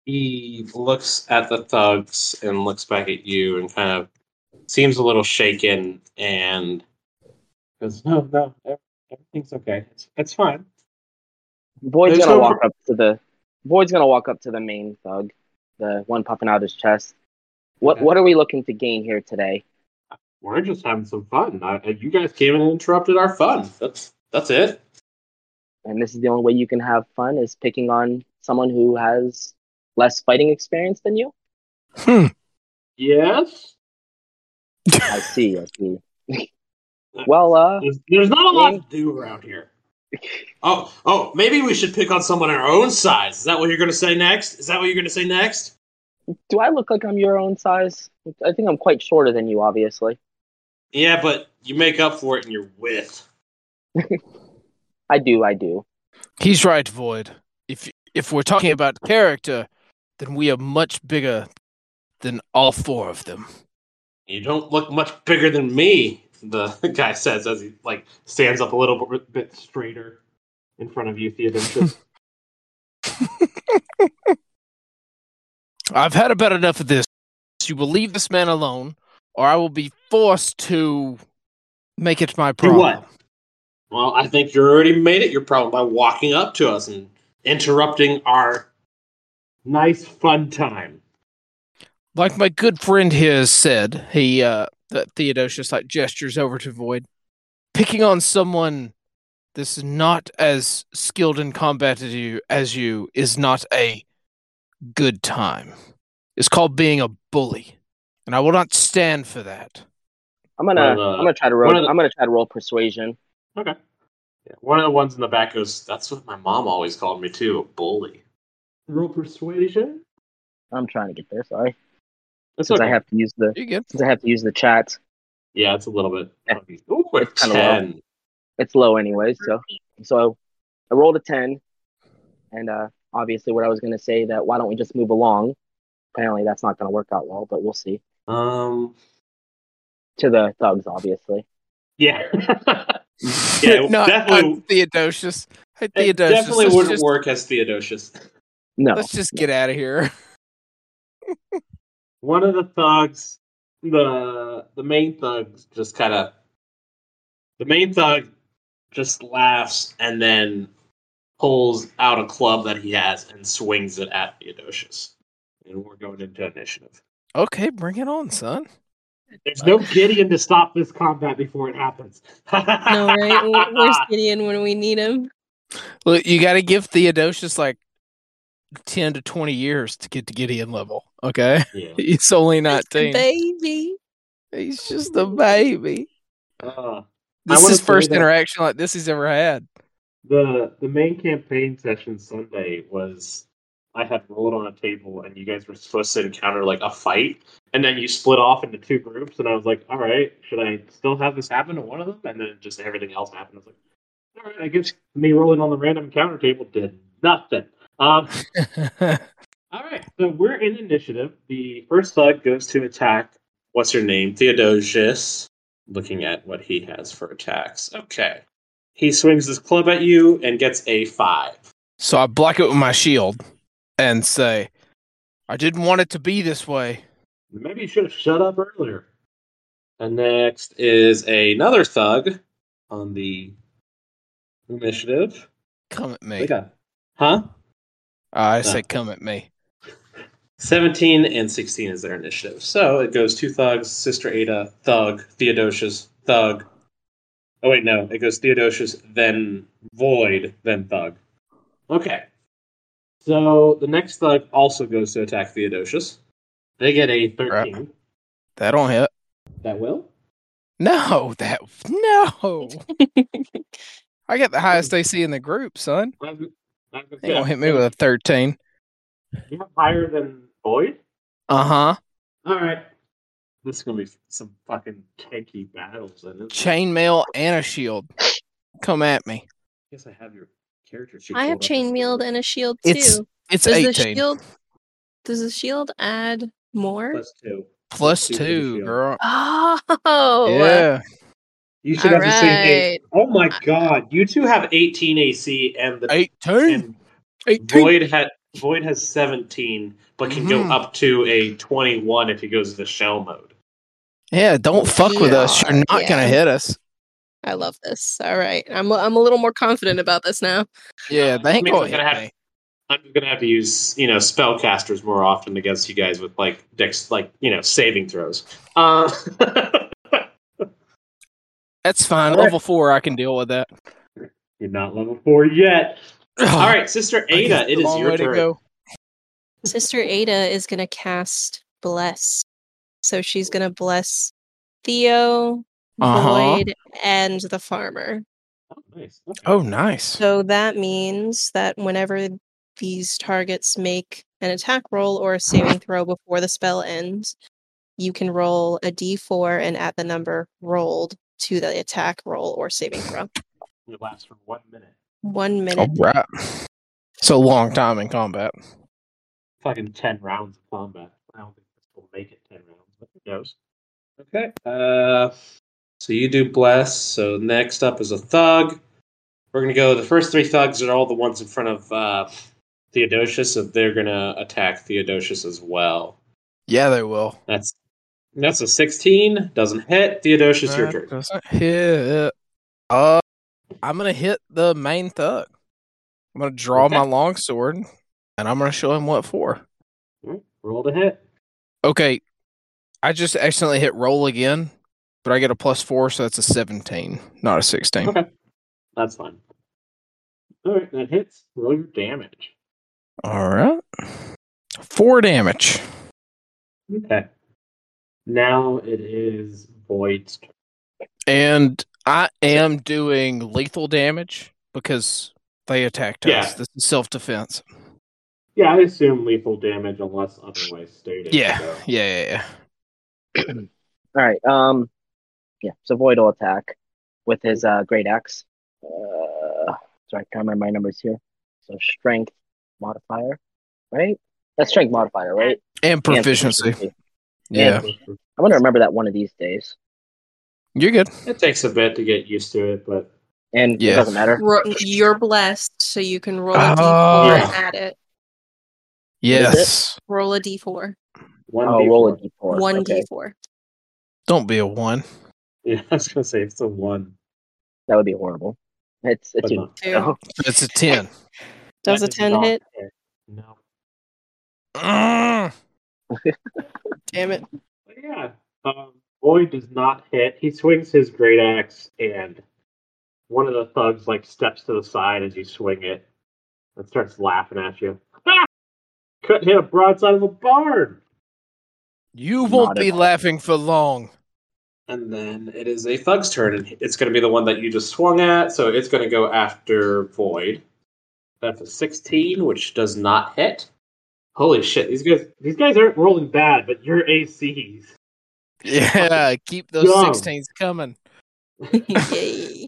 [SPEAKER 3] He looks at the thugs and looks back at you and kind of seems a little shaken and goes, "No, no, ev- everything's okay. It's, it's fine."
[SPEAKER 6] Boyd's
[SPEAKER 3] There's
[SPEAKER 6] gonna
[SPEAKER 3] no
[SPEAKER 6] walk up to the Boyd's gonna walk up to the main thug, the one puffing out his chest. What
[SPEAKER 3] Okay.
[SPEAKER 6] what are we looking to gain here today?
[SPEAKER 3] We're just having some fun. I, and you guys came in and interrupted our fun. That's that's it.
[SPEAKER 6] And this is the only way you can have fun is picking on someone who has less fighting experience than you.
[SPEAKER 4] Hmm.
[SPEAKER 3] Yes.
[SPEAKER 6] I see. I see. well, uh,
[SPEAKER 3] There's, there's not a lot to do around here. Oh, oh, maybe we should pick on someone our own size. Is that what you're going to say next? Is that what you're going to say next?
[SPEAKER 6] do I look like I'm your own size? I think I'm quite shorter than you, obviously.
[SPEAKER 3] Yeah, but you make up for it in your width.
[SPEAKER 6] I do. I do.
[SPEAKER 4] He's right, Void. If if we're talking about character, then we are much bigger than all four of them.
[SPEAKER 3] You don't look much bigger than me, the guy says as he like stands up a little bit, bit straighter in front of you, Theodosius.
[SPEAKER 4] I've had about enough of this. You will leave this man alone, or I will be forced to make it my
[SPEAKER 3] Do
[SPEAKER 4] problem.
[SPEAKER 3] what? well, I think you already made it your problem by walking up to us and interrupting our nice fun time.
[SPEAKER 4] Like my good friend here has said, he uh that Theodosius like gestures over to Void. Picking on someone that's not as skilled in combat as you as you is not a good time. It's called being a bully. And I will not stand for that.
[SPEAKER 6] I'm gonna.
[SPEAKER 3] Well, uh,
[SPEAKER 6] I'm gonna try to
[SPEAKER 3] one
[SPEAKER 6] roll.
[SPEAKER 3] of the-
[SPEAKER 6] I'm gonna try to roll persuasion.
[SPEAKER 3] Okay. Yeah, one of the ones in the back goes, That's what my mom always called me, too, a bully. Roll persuasion?
[SPEAKER 6] I'm trying to get there. Sorry,
[SPEAKER 3] That's
[SPEAKER 6] since
[SPEAKER 3] okay.
[SPEAKER 6] I have to use the
[SPEAKER 4] You good?
[SPEAKER 6] since I have to use the chat.
[SPEAKER 3] yeah, it's a little bit.
[SPEAKER 6] Yeah.
[SPEAKER 3] Ooh, a
[SPEAKER 6] It's kinda low.
[SPEAKER 3] 10.
[SPEAKER 6] It's low anyway, so so I rolled a ten, and uh, obviously what I was gonna say that why don't we just move along? Apparently that's not gonna work out well, but we'll see.
[SPEAKER 3] Um,
[SPEAKER 6] To the thugs, obviously.
[SPEAKER 3] yeah. yeah,
[SPEAKER 4] no,
[SPEAKER 3] definitely.
[SPEAKER 4] I'm Theodosius. Hey
[SPEAKER 3] it
[SPEAKER 4] Theodosius.
[SPEAKER 3] definitely
[SPEAKER 4] let's
[SPEAKER 3] wouldn't
[SPEAKER 4] just,
[SPEAKER 3] work as Theodosius.
[SPEAKER 6] No,
[SPEAKER 4] Let's just get out of here.
[SPEAKER 3] One of the thugs, the the main thug, just kind of the main thug just laughs and then pulls out a club that he has and swings it at Theodosius. And we're going into initiative.
[SPEAKER 4] Okay, bring it on, son.
[SPEAKER 3] There's no Gideon to stop this combat before it happens.
[SPEAKER 5] No, right? W- Where's Gideon when we need him?
[SPEAKER 4] Look, you got to give Theodosius like 10 to 20 years to get to Gideon level. Okay.
[SPEAKER 3] yeah.
[SPEAKER 4] He's only
[SPEAKER 5] He's the
[SPEAKER 4] 19.
[SPEAKER 5] baby.
[SPEAKER 4] He's just a baby.
[SPEAKER 3] Uh, I
[SPEAKER 4] This is
[SPEAKER 3] wanna
[SPEAKER 4] his first
[SPEAKER 3] say that-
[SPEAKER 4] interaction like this he's ever had.
[SPEAKER 3] the the main campaign session Sunday was I had rolled on a table and you guys were supposed to encounter like a fight and then you split off into two groups and I was like, all right, should I still have this happen to one of them? And then just everything else happened. I was like, all right, I guess me rolling on the random encounter table did nothing. Um, all right, so we're in initiative. The first thug goes to attack What's your name? Theodosius. Looking at what he has for attacks. Okay. He swings his club at you and gets a five.
[SPEAKER 4] So I block it with my shield and say, I didn't want it to be this way.
[SPEAKER 3] Maybe you should have shut up earlier. And next is another thug on the initiative.
[SPEAKER 4] Come at me.
[SPEAKER 3] They got- Huh?
[SPEAKER 4] I say, come at me.
[SPEAKER 3] 17 and 16 is their initiative. So it goes two thugs, Sister Ada, thug, Theodosius, thug. Oh, wait, no. It goes Theodosius, then void, then thug. Okay. So the next thug also goes to attack Theodosius. They get a 13.
[SPEAKER 4] That don't hit.
[SPEAKER 3] That will?
[SPEAKER 4] No, that no. I got the highest AC in the group, son.
[SPEAKER 3] I'm, I'm
[SPEAKER 4] They gonna hit me with a thirteen.
[SPEAKER 3] You're higher than void?
[SPEAKER 4] Uh huh.
[SPEAKER 3] All right. This is going to be some fucking tanky battles. Then, isn't it?
[SPEAKER 4] Chainmail and a shield. Come at me.
[SPEAKER 3] I guess I have your character sheet.
[SPEAKER 5] I
[SPEAKER 3] pulled
[SPEAKER 5] have
[SPEAKER 3] up as well.
[SPEAKER 5] chainmailed and a shield too.
[SPEAKER 4] It's- It's
[SPEAKER 5] does the
[SPEAKER 4] eighteen
[SPEAKER 5] shield does the shield add more?
[SPEAKER 3] Plus two. plus
[SPEAKER 4] plus
[SPEAKER 3] two for the
[SPEAKER 4] two,
[SPEAKER 3] shield.
[SPEAKER 4] girl.
[SPEAKER 5] Oh
[SPEAKER 4] Yeah.
[SPEAKER 3] You should
[SPEAKER 5] All
[SPEAKER 3] have the same thing.
[SPEAKER 5] right.
[SPEAKER 3] Oh my god, you two have 18 AC and the
[SPEAKER 4] Eighteen.
[SPEAKER 3] and
[SPEAKER 4] Eighteen.
[SPEAKER 3] Void had Void has 17, but can
[SPEAKER 4] Mhm.
[SPEAKER 3] go up to a 21 if he goes to shell mode.
[SPEAKER 4] Yeah, don't fuck with us. You're
[SPEAKER 5] Yeah,
[SPEAKER 4] not gonna
[SPEAKER 5] yeah.
[SPEAKER 4] hit us.
[SPEAKER 5] I love this. All right. I'm I'm a little more confident about this now.
[SPEAKER 4] Yeah, they ain't
[SPEAKER 3] Maybe
[SPEAKER 4] gonna
[SPEAKER 3] we're gonna
[SPEAKER 4] hit
[SPEAKER 3] have-
[SPEAKER 4] me.
[SPEAKER 3] I'm gonna have to use you know spellcasters more often against you guys with like dex like you know saving throws. Uh,
[SPEAKER 4] That's fine.
[SPEAKER 3] All right.
[SPEAKER 4] Level four, I can deal with that.
[SPEAKER 3] you're not level four yet. All right, Sister
[SPEAKER 4] Ah. I guess
[SPEAKER 3] Ada,
[SPEAKER 4] it's
[SPEAKER 3] it
[SPEAKER 4] a
[SPEAKER 3] is
[SPEAKER 4] long
[SPEAKER 3] your
[SPEAKER 4] way
[SPEAKER 3] turn.
[SPEAKER 4] to go.
[SPEAKER 5] Sister Ada is going to cast Bless. So she's going to bless Theo,
[SPEAKER 4] Uh-huh.
[SPEAKER 5] Void, and the farmer.
[SPEAKER 3] Oh, nice. Okay.
[SPEAKER 4] Oh, nice.
[SPEAKER 5] So that means that whenever these targets make an attack roll or a saving throw before the spell ends, you can roll a d4 and add the number rolled to the attack roll or saving throw.
[SPEAKER 3] It lasts for one minute.
[SPEAKER 5] One minute.
[SPEAKER 4] All right. So long time in combat.
[SPEAKER 3] fucking 10 rounds of combat. I don't think this will make it 10 rounds, but who knows? Okay. Uh, so you do Bless. So next up is a Thug. We're going to go. The first three Thugs are all the ones in front of uh, Theodosius, so they're going to attack Theodosius as well.
[SPEAKER 4] Yeah, they will.
[SPEAKER 3] That's that's a 16. Doesn't hit. Theodosius, your
[SPEAKER 4] That
[SPEAKER 3] turn.
[SPEAKER 4] doesn't hit. Uh, I'm gonna hit the main thug. I'm gonna draw
[SPEAKER 3] Okay.
[SPEAKER 4] my longsword, and I'm gonna show him what for.
[SPEAKER 3] Alright, Roll to hit.
[SPEAKER 4] Okay, I just accidentally hit roll again, but I get a plus four, so that's a 17, not a 16.
[SPEAKER 3] Okay. That's fine. All right. That hits. Roll your damage.
[SPEAKER 4] All right, four damage.
[SPEAKER 3] Okay. Now it is Void's turn.
[SPEAKER 4] And I am doing lethal damage because they attacked
[SPEAKER 3] Yeah.
[SPEAKER 4] us. This is self defense.
[SPEAKER 3] Yeah, I assume lethal damage unless otherwise stated.
[SPEAKER 4] Yeah.
[SPEAKER 3] so.
[SPEAKER 4] Yeah, yeah, yeah.
[SPEAKER 6] All right. Um, yeah. So Void will attack with his uh, great axe. Uh, sorry, I can't remember my numbers here. So strength modifier, right? That's strength modifier, right?
[SPEAKER 4] And
[SPEAKER 6] And
[SPEAKER 4] proficiency. Yeah.
[SPEAKER 6] Yeah. I'm gonna remember that one of these days,
[SPEAKER 4] You're good.
[SPEAKER 3] It takes a bit to get used to it, but
[SPEAKER 6] and it
[SPEAKER 4] Yeah.
[SPEAKER 6] doesn't matter.
[SPEAKER 5] Ro- you're blessed, so you can roll a d4
[SPEAKER 4] Oh.
[SPEAKER 5] and add it.
[SPEAKER 6] is it?
[SPEAKER 4] Yes.
[SPEAKER 5] Roll a d4.
[SPEAKER 3] one
[SPEAKER 6] Oh,
[SPEAKER 3] D4.
[SPEAKER 6] roll a d4.
[SPEAKER 5] One
[SPEAKER 6] Okay.
[SPEAKER 5] d4.
[SPEAKER 4] Don't be a one.
[SPEAKER 3] Yeah, I was gonna say it's a one.
[SPEAKER 6] That would be horrible. It's it's
[SPEAKER 3] But
[SPEAKER 6] two.
[SPEAKER 3] not.
[SPEAKER 5] Two.
[SPEAKER 6] so-
[SPEAKER 4] It's a 10.
[SPEAKER 5] Does
[SPEAKER 3] That
[SPEAKER 5] a 10
[SPEAKER 3] not
[SPEAKER 5] hit?
[SPEAKER 3] fair. No.
[SPEAKER 4] Mm.
[SPEAKER 5] Damn it.
[SPEAKER 3] But yeah, um, Boyd does not hit. He swings his great axe, and one of the thugs like steps to the side as you swing it, and starts laughing at you. Ah! Couldn't hit a broadside of a barn.
[SPEAKER 4] You
[SPEAKER 6] Not
[SPEAKER 4] won't
[SPEAKER 6] at
[SPEAKER 4] be
[SPEAKER 6] all.
[SPEAKER 4] laughing for long.
[SPEAKER 3] And then it is a thug's turn, and it's going to be the one that you just swung at, so it's going to go after Void. That's a 16, which does not hit. Holy shit, these guys these guys aren't rolling bad, but your ACs.
[SPEAKER 4] Yeah, keep those
[SPEAKER 3] Dumb.
[SPEAKER 4] 16s coming.
[SPEAKER 5] Yay.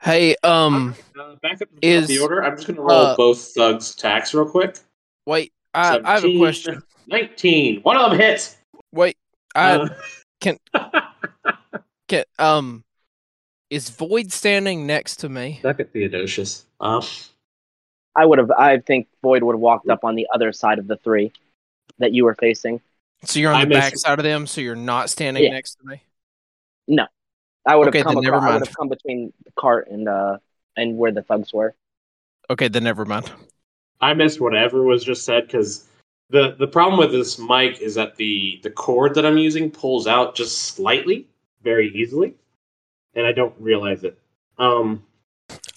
[SPEAKER 4] Hey, um,
[SPEAKER 3] All right, uh, back up to the, top of the
[SPEAKER 4] is,
[SPEAKER 3] order. I'm just going to roll
[SPEAKER 4] uh,
[SPEAKER 3] both thugs' attacks real quick.
[SPEAKER 4] wait, I, I have a
[SPEAKER 3] 17,
[SPEAKER 4] question.
[SPEAKER 3] 19. One of them hits.
[SPEAKER 4] Wait, I
[SPEAKER 3] Uh,
[SPEAKER 4] can- can um is Void standing next to me?
[SPEAKER 3] Look at Theodosius. Um,
[SPEAKER 6] I would have. I think Void would have walked up on the other side of the three that you were facing.
[SPEAKER 4] So you're on
[SPEAKER 3] I
[SPEAKER 4] the
[SPEAKER 3] miss-
[SPEAKER 4] back side of them, so you're not standing
[SPEAKER 6] Yeah.
[SPEAKER 4] next to me.
[SPEAKER 6] I would
[SPEAKER 4] Okay,
[SPEAKER 6] have come.
[SPEAKER 4] then never
[SPEAKER 6] Across, I would
[SPEAKER 4] mind.
[SPEAKER 6] have come between the cart and uh and where the thugs were.
[SPEAKER 4] Okay, then never mind.
[SPEAKER 3] I missed whatever was just said because the the problem with this mic is that the the cord that I'm using pulls out just slightly, very easily, and I don't realize it. Um,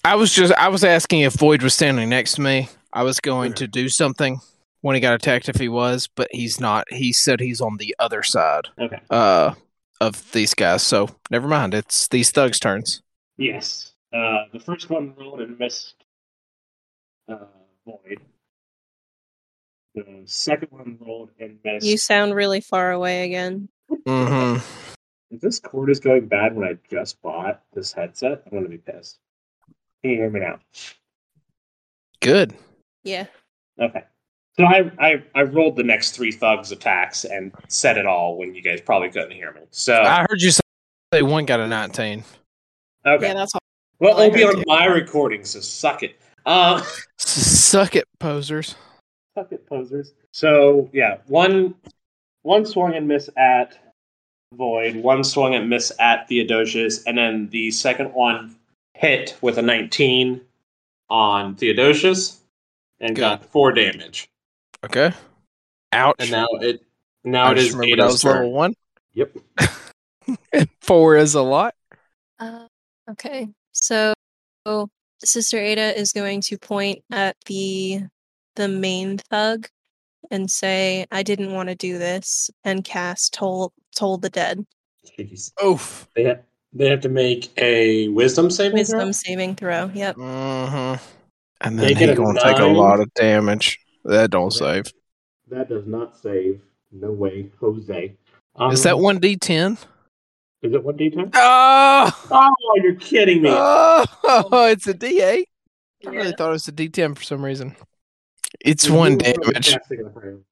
[SPEAKER 4] I was just I was asking if Void was standing next to me. I was going
[SPEAKER 3] Okay.
[SPEAKER 4] to do something when he got attacked if he was, but he's not. He said he's on the other side
[SPEAKER 3] okay.
[SPEAKER 4] uh of these guys, so never mind. It's these thugs' turns.
[SPEAKER 3] Yes. Uh, the first one rolled and missed uh, void. The second one rolled and missed.
[SPEAKER 5] You sound really far away again.
[SPEAKER 4] hmm
[SPEAKER 3] If this cord is going bad when I just bought this headset, I'm gonna be pissed. Can you hear me now?
[SPEAKER 4] Good.
[SPEAKER 5] Yeah.
[SPEAKER 3] Okay. So I, I I rolled the next three thugs attacks and said it all when you guys probably couldn't hear me. So
[SPEAKER 4] I heard you say one got a nineteen.
[SPEAKER 3] okay.
[SPEAKER 5] Yeah, that's all.
[SPEAKER 3] well,
[SPEAKER 5] I
[SPEAKER 3] it'll be
[SPEAKER 5] heard
[SPEAKER 3] on
[SPEAKER 5] you.
[SPEAKER 3] my recording, so suck it. Uh,
[SPEAKER 4] Suck it, posers.
[SPEAKER 3] suck it, posers. So yeah, one one swung and miss at Void, one swung and miss at Theodosius, and then the second one hit with a 19 on Theodosius and
[SPEAKER 4] Good.
[SPEAKER 3] got four damage.
[SPEAKER 4] Okay. Ouch.
[SPEAKER 3] And now it now
[SPEAKER 4] I
[SPEAKER 3] it
[SPEAKER 4] just
[SPEAKER 3] is
[SPEAKER 4] remembered I
[SPEAKER 3] Ada's
[SPEAKER 4] was
[SPEAKER 3] turn.
[SPEAKER 4] level one.
[SPEAKER 3] Yep.
[SPEAKER 4] And four is a lot.
[SPEAKER 5] Uh, okay. So Sister Ada is going to point at the the main thug and say, "I didn't want to do this," and cast toll toll the dead.
[SPEAKER 3] Jeez.
[SPEAKER 4] Oof.
[SPEAKER 3] They have, they have to make a wisdom saving throw.
[SPEAKER 5] Wisdom saving throw. Yep.
[SPEAKER 4] hmm And
[SPEAKER 3] They
[SPEAKER 4] then
[SPEAKER 3] get
[SPEAKER 4] he
[SPEAKER 3] a
[SPEAKER 4] gonna take a
[SPEAKER 3] nine.
[SPEAKER 4] lot of damage. That don't
[SPEAKER 3] Okay.
[SPEAKER 4] save.
[SPEAKER 3] That does not save. No way, Jose. Um,
[SPEAKER 4] Is that one d ten?
[SPEAKER 3] Is it one d10?
[SPEAKER 4] Oh,
[SPEAKER 3] Oh, you're kidding me!
[SPEAKER 4] oh, it's a d eight. I really
[SPEAKER 5] Yeah.
[SPEAKER 4] thought it was a d ten for some reason. It's
[SPEAKER 3] You
[SPEAKER 4] one
[SPEAKER 3] really were
[SPEAKER 4] damage.
[SPEAKER 3] casting the frame.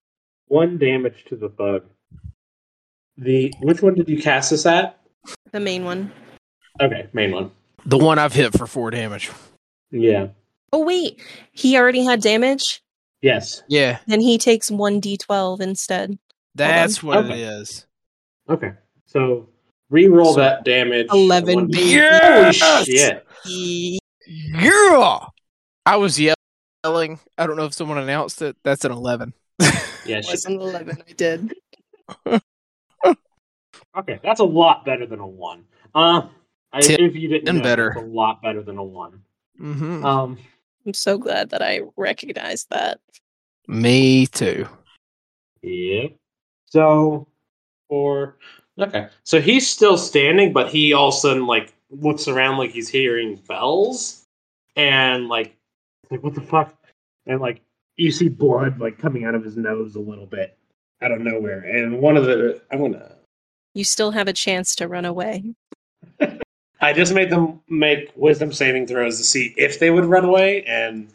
[SPEAKER 3] One damage to the bug. The which one did you cast this at?
[SPEAKER 5] The main one.
[SPEAKER 3] Okay, main one.
[SPEAKER 4] The one I've hit for four damage.
[SPEAKER 3] Yeah.
[SPEAKER 5] Oh wait, he already had damage.
[SPEAKER 3] Yes.
[SPEAKER 4] Yeah,
[SPEAKER 5] Then he takes one d12 instead.
[SPEAKER 4] that's what
[SPEAKER 3] Okay.
[SPEAKER 4] it is.
[SPEAKER 3] Okay. So re-roll
[SPEAKER 4] So-
[SPEAKER 3] that damage.
[SPEAKER 5] 11
[SPEAKER 3] and 1d10.
[SPEAKER 5] baby.
[SPEAKER 4] Yes!
[SPEAKER 3] Holy shit!
[SPEAKER 4] Yeah, I was yelling. I don't know if someone announced it. That's an eleven.
[SPEAKER 3] Yeah. shit.
[SPEAKER 5] an 11. I did.
[SPEAKER 3] Okay, that's a lot better than a one. Uh, I,
[SPEAKER 4] Ten-
[SPEAKER 3] if you didn't
[SPEAKER 4] ten
[SPEAKER 3] know,
[SPEAKER 4] better.
[SPEAKER 3] that's a lot better than a one.
[SPEAKER 4] Mm-hmm.
[SPEAKER 3] Um.
[SPEAKER 5] I'm so glad that I recognized that.
[SPEAKER 4] Me too.
[SPEAKER 3] Yep. So for okay, so he's still standing, but he all of a sudden like looks around like he's hearing bells, and like like what the fuck, and like you see blood like coming out of his nose a little bit out of nowhere, and one of the I'm gonna
[SPEAKER 5] You still have a chance to run away.
[SPEAKER 3] I just made them make wisdom saving throws to see if they would run away, and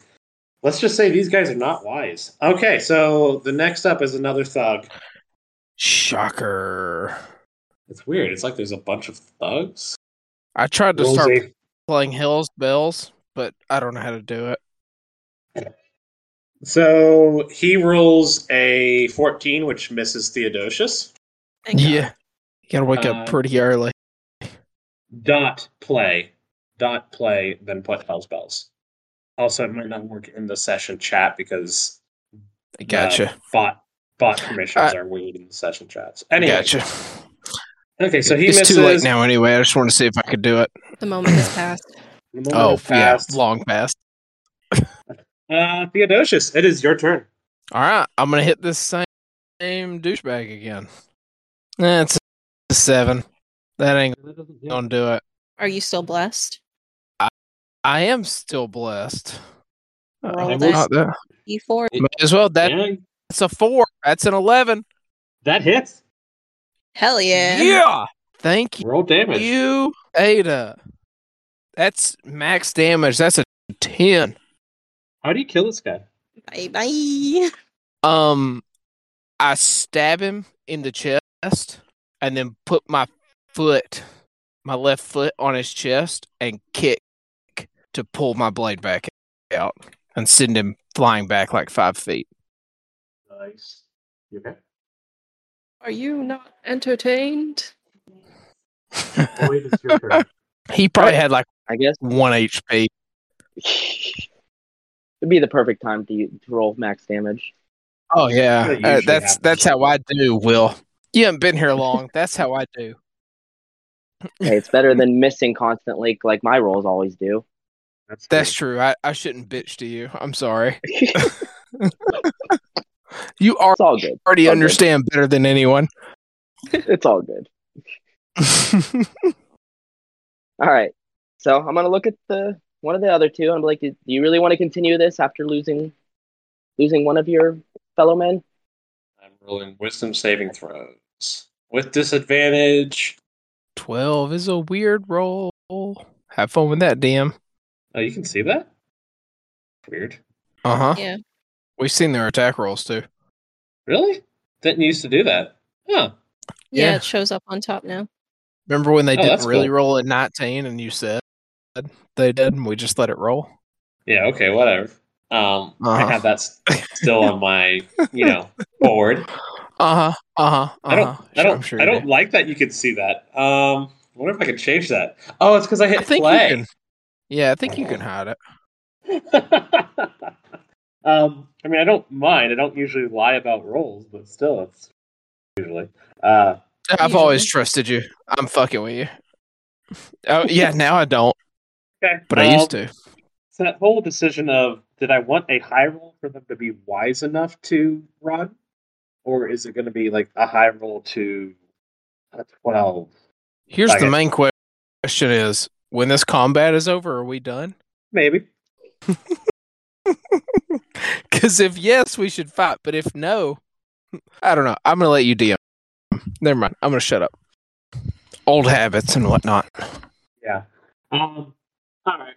[SPEAKER 3] let's just say these guys are not wise. Okay, so the next up is another thug.
[SPEAKER 4] Shocker.
[SPEAKER 3] It's weird. It's like there's a bunch of thugs.
[SPEAKER 4] I tried to
[SPEAKER 3] Rolls
[SPEAKER 4] start
[SPEAKER 3] a
[SPEAKER 4] playing Hell's Bells, but I don't know how to do it.
[SPEAKER 3] So he rolls a 14, which misses Theodosius.
[SPEAKER 5] Thank God.
[SPEAKER 4] You gotta wake
[SPEAKER 3] Uh,
[SPEAKER 4] up pretty early.
[SPEAKER 3] Dot play. Dot play, then put Hell's Bells. Also, it might not work in the session chat because
[SPEAKER 4] I
[SPEAKER 3] the
[SPEAKER 4] gotcha.
[SPEAKER 3] bot bot permissions
[SPEAKER 4] Uh,
[SPEAKER 3] are weird in the session chats. Anyway,
[SPEAKER 4] Gotcha.
[SPEAKER 3] okay, so he
[SPEAKER 4] it's
[SPEAKER 3] misses.
[SPEAKER 4] too late now anyway. I just want to see if I could do it.
[SPEAKER 5] The moment has passed.
[SPEAKER 3] The moment
[SPEAKER 4] Oh,
[SPEAKER 3] has
[SPEAKER 4] yeah.
[SPEAKER 3] passed.
[SPEAKER 4] Long past.
[SPEAKER 3] Uh, Theodosius, it is your turn.
[SPEAKER 4] All right. I'm gonna hit this same, same douchebag again. That's a seven. That ain't gonna do it.
[SPEAKER 5] Are you still blessed?
[SPEAKER 4] I am still blessed.
[SPEAKER 5] Roll
[SPEAKER 4] Uh,
[SPEAKER 5] that.
[SPEAKER 4] not that.
[SPEAKER 5] E4.
[SPEAKER 4] May as well. That,
[SPEAKER 3] Yeah,
[SPEAKER 4] That's a four. That's an 11.
[SPEAKER 3] that hits.
[SPEAKER 5] Hell yeah.
[SPEAKER 4] yeah! Thank you.
[SPEAKER 3] Roll damage.
[SPEAKER 4] You Ada. That's max damage. That's a ten.
[SPEAKER 3] How do you kill this guy?
[SPEAKER 5] Bye bye.
[SPEAKER 4] Um I stab him in the chest and then put my foot, my left foot on his chest and kick to pull my blade back out and send him flying back like five feet.
[SPEAKER 3] Nice. You okay?
[SPEAKER 5] Are you not entertained?
[SPEAKER 3] Boyd, it's Oh, your turn.
[SPEAKER 4] he probably had like
[SPEAKER 6] I guess
[SPEAKER 4] one HP.
[SPEAKER 6] it'd be the perfect time to, to roll max damage.
[SPEAKER 4] Oh yeah,
[SPEAKER 3] That
[SPEAKER 4] Uh,
[SPEAKER 3] usually
[SPEAKER 4] that's
[SPEAKER 3] happens.
[SPEAKER 4] that's how I do. Will you haven't been here long? That's how I do.
[SPEAKER 6] Hey, it's better than missing constantly, like my rolls always do.
[SPEAKER 3] That's,
[SPEAKER 4] That's
[SPEAKER 3] true.
[SPEAKER 4] true. I, I shouldn't bitch to you. I'm sorry. You are
[SPEAKER 6] It's all good.
[SPEAKER 4] already
[SPEAKER 6] Okay.
[SPEAKER 4] understand better than anyone.
[SPEAKER 6] It's all good. All right. So I'm gonna look at the one of the other two. and I'm like, do you really want to continue this after losing losing one of your fellow men?
[SPEAKER 3] I'm rolling wisdom saving throws with disadvantage.
[SPEAKER 4] 12 is a weird roll. Have fun with that, DM.
[SPEAKER 3] Oh, you can see that. Weird.
[SPEAKER 4] Uh huh.
[SPEAKER 5] Yeah.
[SPEAKER 4] We've seen their attack rolls too.
[SPEAKER 3] Really? Didn't used to do that. Huh.
[SPEAKER 5] yeah,
[SPEAKER 4] Yeah.
[SPEAKER 5] it shows up on top now.
[SPEAKER 4] Remember when they
[SPEAKER 3] Oh,
[SPEAKER 4] didn't
[SPEAKER 3] that's
[SPEAKER 4] really
[SPEAKER 3] cool.
[SPEAKER 4] roll at 19 and you said they did and we just let it roll?
[SPEAKER 3] Yeah. Okay. Whatever. Um, I
[SPEAKER 4] Uh-huh.
[SPEAKER 3] have that s- still on my, you know, board.
[SPEAKER 4] Uh huh. Uh huh.
[SPEAKER 3] I don't.
[SPEAKER 4] Uh huh.
[SPEAKER 3] I
[SPEAKER 4] I'm
[SPEAKER 3] don't.
[SPEAKER 4] sure
[SPEAKER 3] I
[SPEAKER 4] you
[SPEAKER 3] don't
[SPEAKER 4] do.
[SPEAKER 3] like that. You can see that. Um, I wonder if I can change that. Oh, it's because I hit
[SPEAKER 4] I think
[SPEAKER 3] play.
[SPEAKER 4] you can. Yeah, I think you can hide it.
[SPEAKER 3] um, I mean, I don't mind. I don't usually lie about roles, but still, it's usually. Uh,
[SPEAKER 4] I've always
[SPEAKER 5] Usually.
[SPEAKER 4] trusted you. I'm fucking with you. Oh, yeah, now I don't,
[SPEAKER 3] okay.
[SPEAKER 4] but I used
[SPEAKER 3] um,
[SPEAKER 4] to.
[SPEAKER 3] So that whole decision of did I want a high roll for them to be wise enough to run, or is it going to be like a high roll to a twelve?
[SPEAKER 4] Here's
[SPEAKER 3] Okay.
[SPEAKER 4] the main que- question is when this combat is over, are we done?
[SPEAKER 3] Maybe.
[SPEAKER 4] Because if yes, we should fight. But if no, I don't know. I'm going to let you DM. Never mind. I'm going to shut up. Old habits and whatnot.
[SPEAKER 3] Yeah. Um. All right.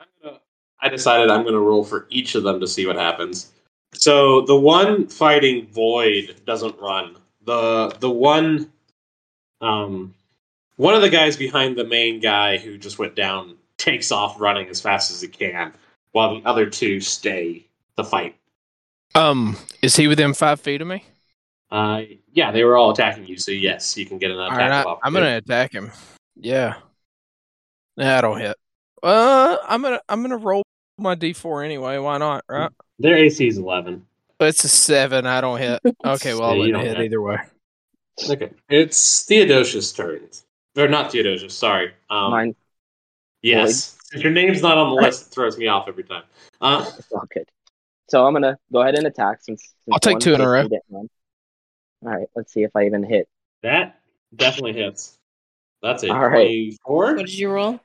[SPEAKER 3] I'm gonna, I decided I'm going to roll for each of them to see what happens. So the one fighting Void doesn't run. The the one, um, one of the guys behind the main guy who just went down takes off running as fast as he can, while the other two stay to fight.
[SPEAKER 4] Um, Is he within five feet of me?
[SPEAKER 3] Uh, yeah, they were all attacking you, so yes, you can get an
[SPEAKER 4] All
[SPEAKER 3] attack.
[SPEAKER 4] right,
[SPEAKER 3] of
[SPEAKER 4] I, I'm going
[SPEAKER 3] opportunity.
[SPEAKER 4] to attack him. Yeah. That'll hit. Uh, I'm gonna I'm gonna roll my d4 anyway. Why not? Right?
[SPEAKER 3] Their AC is eleven.
[SPEAKER 4] But it's a seven. I don't hit. Okay, well I
[SPEAKER 3] Yeah, you
[SPEAKER 4] wouldn't
[SPEAKER 3] don't
[SPEAKER 4] hit
[SPEAKER 3] hit.
[SPEAKER 4] either way.
[SPEAKER 3] Okay, it's Theodosius' turn. Or not Theodosius. Sorry. Um,
[SPEAKER 6] Mine.
[SPEAKER 3] Yes. Since Your name's not on the list. It throws me off every time. Uh,
[SPEAKER 6] It's all good. So I'm gonna go ahead and attack since, since
[SPEAKER 4] I'll take
[SPEAKER 6] one
[SPEAKER 4] two in a row.
[SPEAKER 6] basically didn't run. All right, let's see if I even hit.
[SPEAKER 3] that definitely hits. That's a
[SPEAKER 6] All right.
[SPEAKER 3] 24.
[SPEAKER 5] What did you roll?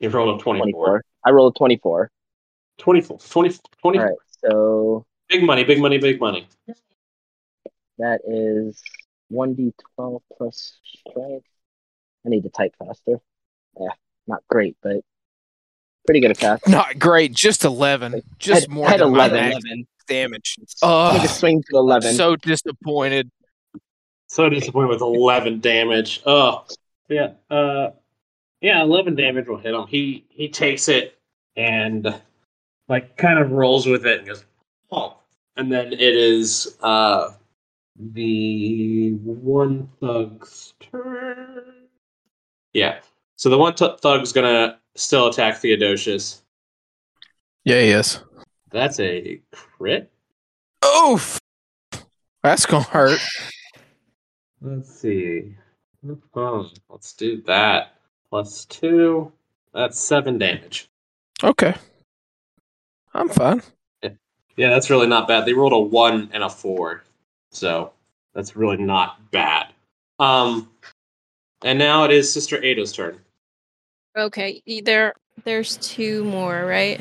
[SPEAKER 3] You rolled a 24.
[SPEAKER 6] 24. I rolled a 24.
[SPEAKER 3] 24. 20, 20.
[SPEAKER 6] All right, so
[SPEAKER 3] Big money, big money, big money.
[SPEAKER 6] that is 1d12 plus strength. I need to type faster. Yeah, not great, but pretty good at fast.
[SPEAKER 4] Not great. Just eleven. Just
[SPEAKER 6] Had-
[SPEAKER 4] more
[SPEAKER 6] had
[SPEAKER 4] than my
[SPEAKER 6] 11.
[SPEAKER 4] max damage.
[SPEAKER 6] I'm
[SPEAKER 4] Ugh,
[SPEAKER 6] gonna swing to 11.
[SPEAKER 4] Uh, so disappointed.
[SPEAKER 3] So disappointed with 11 damage. Oh, yeah. Uh, yeah, 11 damage will hit him. He he takes it and like kind of rolls with it and goes, oh. And then it is uh the one thug's turn. Yeah. So the one th- thug's gonna still attack Theodosius.
[SPEAKER 4] Yeah, he is.
[SPEAKER 3] That's a crit.
[SPEAKER 4] Oof. That's gonna hurt.
[SPEAKER 3] Let's see. Oh, let's do that. Plus two. That's seven damage.
[SPEAKER 4] Okay. I'm fine.
[SPEAKER 3] Yeah, that's really not bad. They rolled a one and a four, so that's really not bad. Um, and now it is Sister Ada's turn.
[SPEAKER 5] Okay, y- there there's two more, right?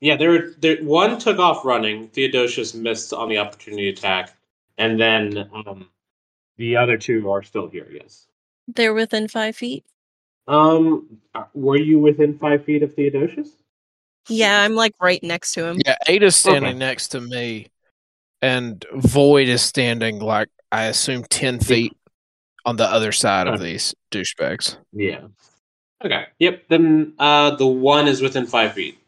[SPEAKER 3] Yeah, there, there. One took off running. Theodosius missed on the opportunity attack, and then um, the other two are still here. Yes.
[SPEAKER 5] They're within five feet.
[SPEAKER 3] Um, uh, were you within five feet of Theodosius?
[SPEAKER 5] Yeah, I'm like right next to him.
[SPEAKER 4] Yeah, Ada's standing
[SPEAKER 3] Okay.
[SPEAKER 4] next to me, and Void is standing like I assume ten feet on the other side of
[SPEAKER 3] Okay.
[SPEAKER 4] these douchebags.
[SPEAKER 3] Yeah. Okay. Yep. Then uh, the one is within five feet.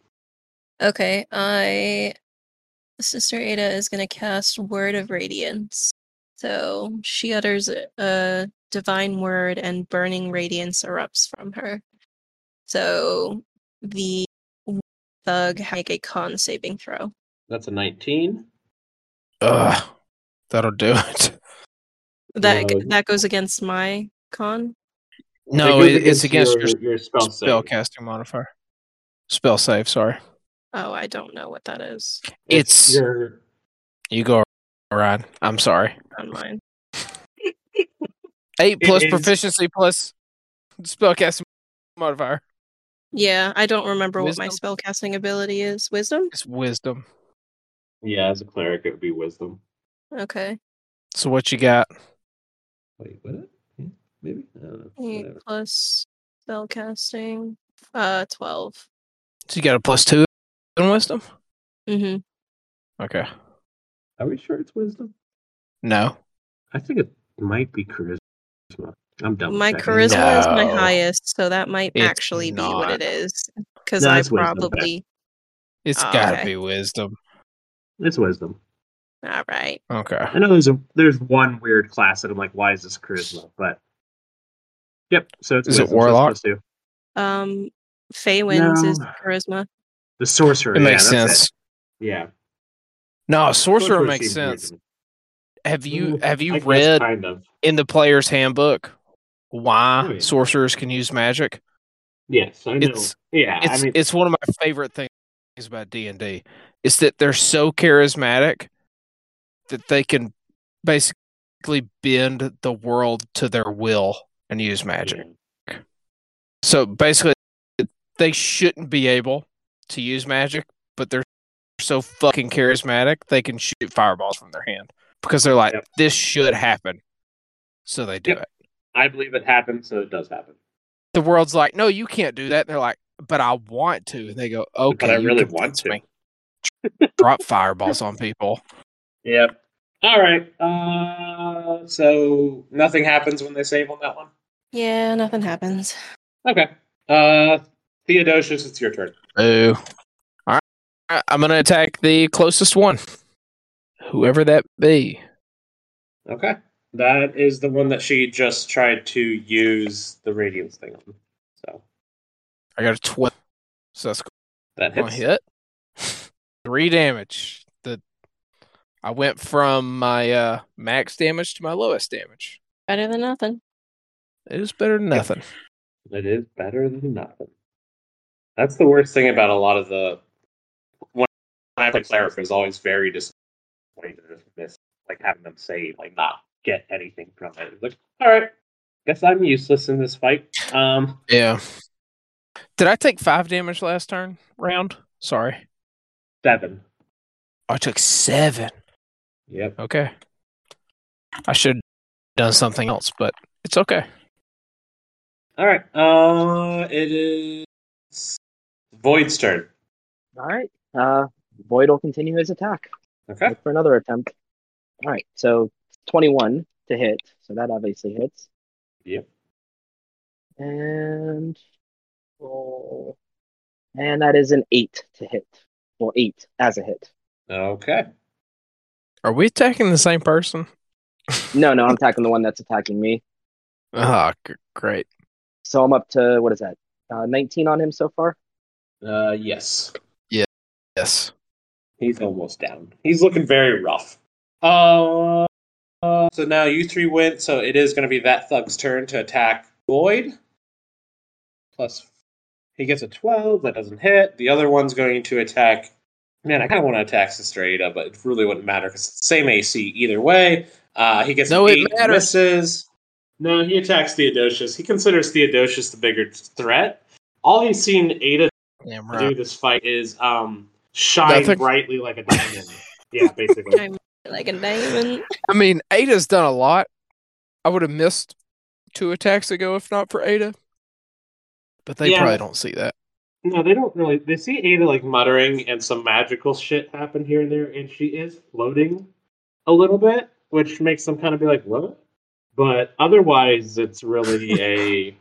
[SPEAKER 5] Okay, I Sister Ada is going to cast Word of Radiance. So she utters a- a divine word and burning radiance erupts from her. So the thug ha- make a con saving throw.
[SPEAKER 3] That's a 19.
[SPEAKER 4] Ugh, that'll do it.
[SPEAKER 5] That
[SPEAKER 3] No.
[SPEAKER 5] that goes against my con.
[SPEAKER 4] No,
[SPEAKER 3] That goes
[SPEAKER 4] it, it's against your,
[SPEAKER 3] your spell save.
[SPEAKER 4] spell casting modifier. Spell save. Sorry,
[SPEAKER 5] Oh, I don't know what that is.
[SPEAKER 4] It's-
[SPEAKER 3] your
[SPEAKER 4] you go, Ryan. I'm sorry.
[SPEAKER 5] Online.
[SPEAKER 4] Eight
[SPEAKER 3] It
[SPEAKER 4] plus
[SPEAKER 3] is-
[SPEAKER 4] proficiency plus spell casting modifier.
[SPEAKER 5] Yeah, I don't remember what my
[SPEAKER 4] Wisdom?
[SPEAKER 5] spell casting ability is. Wisdom.
[SPEAKER 4] It's wisdom.
[SPEAKER 3] yeah. As a cleric, it would be wisdom.
[SPEAKER 5] Okay.
[SPEAKER 4] So what you got?
[SPEAKER 3] Wait, what? Yeah, maybe I don't know.
[SPEAKER 5] Eight
[SPEAKER 3] Whatever.
[SPEAKER 5] plus spell casting. Uh, twelve.
[SPEAKER 4] So you got a plus two in wisdom.
[SPEAKER 5] Mm-hmm.
[SPEAKER 4] Okay.
[SPEAKER 3] Are we sure it's wisdom?
[SPEAKER 4] No.
[SPEAKER 3] I think it might be charisma. I'm double
[SPEAKER 5] my
[SPEAKER 3] checking.
[SPEAKER 5] charisma is my
[SPEAKER 4] No.
[SPEAKER 5] highest, so that might
[SPEAKER 4] It's
[SPEAKER 5] actually be what it
[SPEAKER 4] not.
[SPEAKER 5] is. Because
[SPEAKER 3] No,
[SPEAKER 5] I
[SPEAKER 3] it's wisdom, but-
[SPEAKER 5] probably
[SPEAKER 4] It's
[SPEAKER 5] Oh,
[SPEAKER 4] gotta
[SPEAKER 5] okay.
[SPEAKER 4] be wisdom.
[SPEAKER 3] It's wisdom.
[SPEAKER 5] all right.
[SPEAKER 4] Okay.
[SPEAKER 3] I know there's a there's one weird class that I'm like, why is this charisma? But yep. So it's
[SPEAKER 4] Is
[SPEAKER 3] wisdom, so
[SPEAKER 4] it
[SPEAKER 3] it's
[SPEAKER 4] warlock?
[SPEAKER 3] plus two.
[SPEAKER 5] Um, Fey wins is
[SPEAKER 3] No.
[SPEAKER 5] charisma.
[SPEAKER 3] The sorcerer.
[SPEAKER 4] It makes
[SPEAKER 3] yeah, that's
[SPEAKER 4] sense.
[SPEAKER 3] it. Yeah.
[SPEAKER 4] No, sorcerer,
[SPEAKER 3] Sorcerer
[SPEAKER 4] makes
[SPEAKER 3] seems weird
[SPEAKER 4] sense.
[SPEAKER 3] to me.
[SPEAKER 4] Have you
[SPEAKER 3] Mm,
[SPEAKER 4] have you
[SPEAKER 3] I guess
[SPEAKER 4] read
[SPEAKER 3] kind of.
[SPEAKER 4] in the player's handbook why
[SPEAKER 3] Oh, yeah.
[SPEAKER 4] sorcerers can use magic?
[SPEAKER 3] Yes, I know.
[SPEAKER 4] It's-
[SPEAKER 3] yeah,
[SPEAKER 4] It's
[SPEAKER 3] I mean,
[SPEAKER 4] it's one of my favorite things about D and D. Is that they're so charismatic that they can basically bend the world to their will and use magic. So basically, they shouldn't be able to use magic, but they're so fucking charismatic they can shoot fireballs from their hand because they're like,
[SPEAKER 3] Yep.
[SPEAKER 4] this should happen. So they do
[SPEAKER 3] Yep.
[SPEAKER 4] it.
[SPEAKER 3] I believe it happened, so it does happen.
[SPEAKER 4] The world's like, no, you can't do that. And they're like, but I want to. And they go, okay,
[SPEAKER 3] I
[SPEAKER 4] you
[SPEAKER 3] really want
[SPEAKER 4] convince
[SPEAKER 3] to."
[SPEAKER 4] me. Drop fireballs on people.
[SPEAKER 3] Yep. All right. Uh, so nothing happens when they save on that one.
[SPEAKER 5] Yeah, nothing happens.
[SPEAKER 3] Okay. Uh, Theodosius, it's your turn.
[SPEAKER 4] Ooh. All right. I'm going to attack the closest one, whoever that be.
[SPEAKER 3] Okay. That is the one that she just tried to use the radiance thing on. So
[SPEAKER 4] I got a 12. So that's
[SPEAKER 3] that
[SPEAKER 4] One
[SPEAKER 3] hits.
[SPEAKER 4] hit. Three damage. The I went from my uh, max damage to my lowest damage.
[SPEAKER 5] Better than nothing.
[SPEAKER 4] It is better than nothing.
[SPEAKER 3] It is better than nothing. That's the worst thing about a lot of the when I play cleric is always very disappointed to just miss like having them save, like not get anything from it. It's Like, all right, guess I'm useless in this fight. Um,
[SPEAKER 4] Yeah. Did I take five damage last turn round? Sorry.
[SPEAKER 3] seven.
[SPEAKER 4] I took seven.
[SPEAKER 3] Yep.
[SPEAKER 4] Okay. I should have done something else, but it's okay.
[SPEAKER 3] All right. Uh, it is Void's turn.
[SPEAKER 6] All right. Uh, Void will continue his attack.
[SPEAKER 3] Okay.
[SPEAKER 6] Look for another attempt. All right. So 21 to hit. So that obviously hits.
[SPEAKER 3] Yep.
[SPEAKER 6] And roll. And that is an 8 to hit. Well, 8 as a hit.
[SPEAKER 3] Okay.
[SPEAKER 4] Are we attacking the same person?
[SPEAKER 6] No, no, I'm attacking the one that's attacking me.
[SPEAKER 4] Ah, g- great.
[SPEAKER 6] So I'm up to, what is that? Uh, 19 on him so far.
[SPEAKER 3] Uh, yes.
[SPEAKER 4] Yes.
[SPEAKER 3] He's almost down. He's looking very rough. Uh, uh, so now you three went, so it is going to be that thug's turn to attack Void. Plus, he gets a 12. That doesn't hit. The other one's going to attack. Man, I kind of want to attack Sister Ada, but it really wouldn't matter because it's the same AC either way. Uh, he gets
[SPEAKER 4] No,
[SPEAKER 3] an
[SPEAKER 4] it
[SPEAKER 3] eight,
[SPEAKER 4] matters.
[SPEAKER 3] misses. No, he attacks Theodosius. He considers Theodosius the bigger threat. All he's seen Ada
[SPEAKER 4] Damn
[SPEAKER 3] to do
[SPEAKER 4] right.
[SPEAKER 3] this fight is um shine
[SPEAKER 4] Nothing.
[SPEAKER 3] brightly like a diamond. yeah, basically.
[SPEAKER 5] I'm like a diamond.
[SPEAKER 4] I mean, Ada's done a lot. I would have missed two attacks ago if not for Ada. But they
[SPEAKER 3] Yeah.
[SPEAKER 4] probably don't see that.
[SPEAKER 3] No, they don't really. They see Ada like muttering and some magical shit happen here and there, and she is floating a little bit, which makes them kind of be like, "What?" But otherwise, it's really a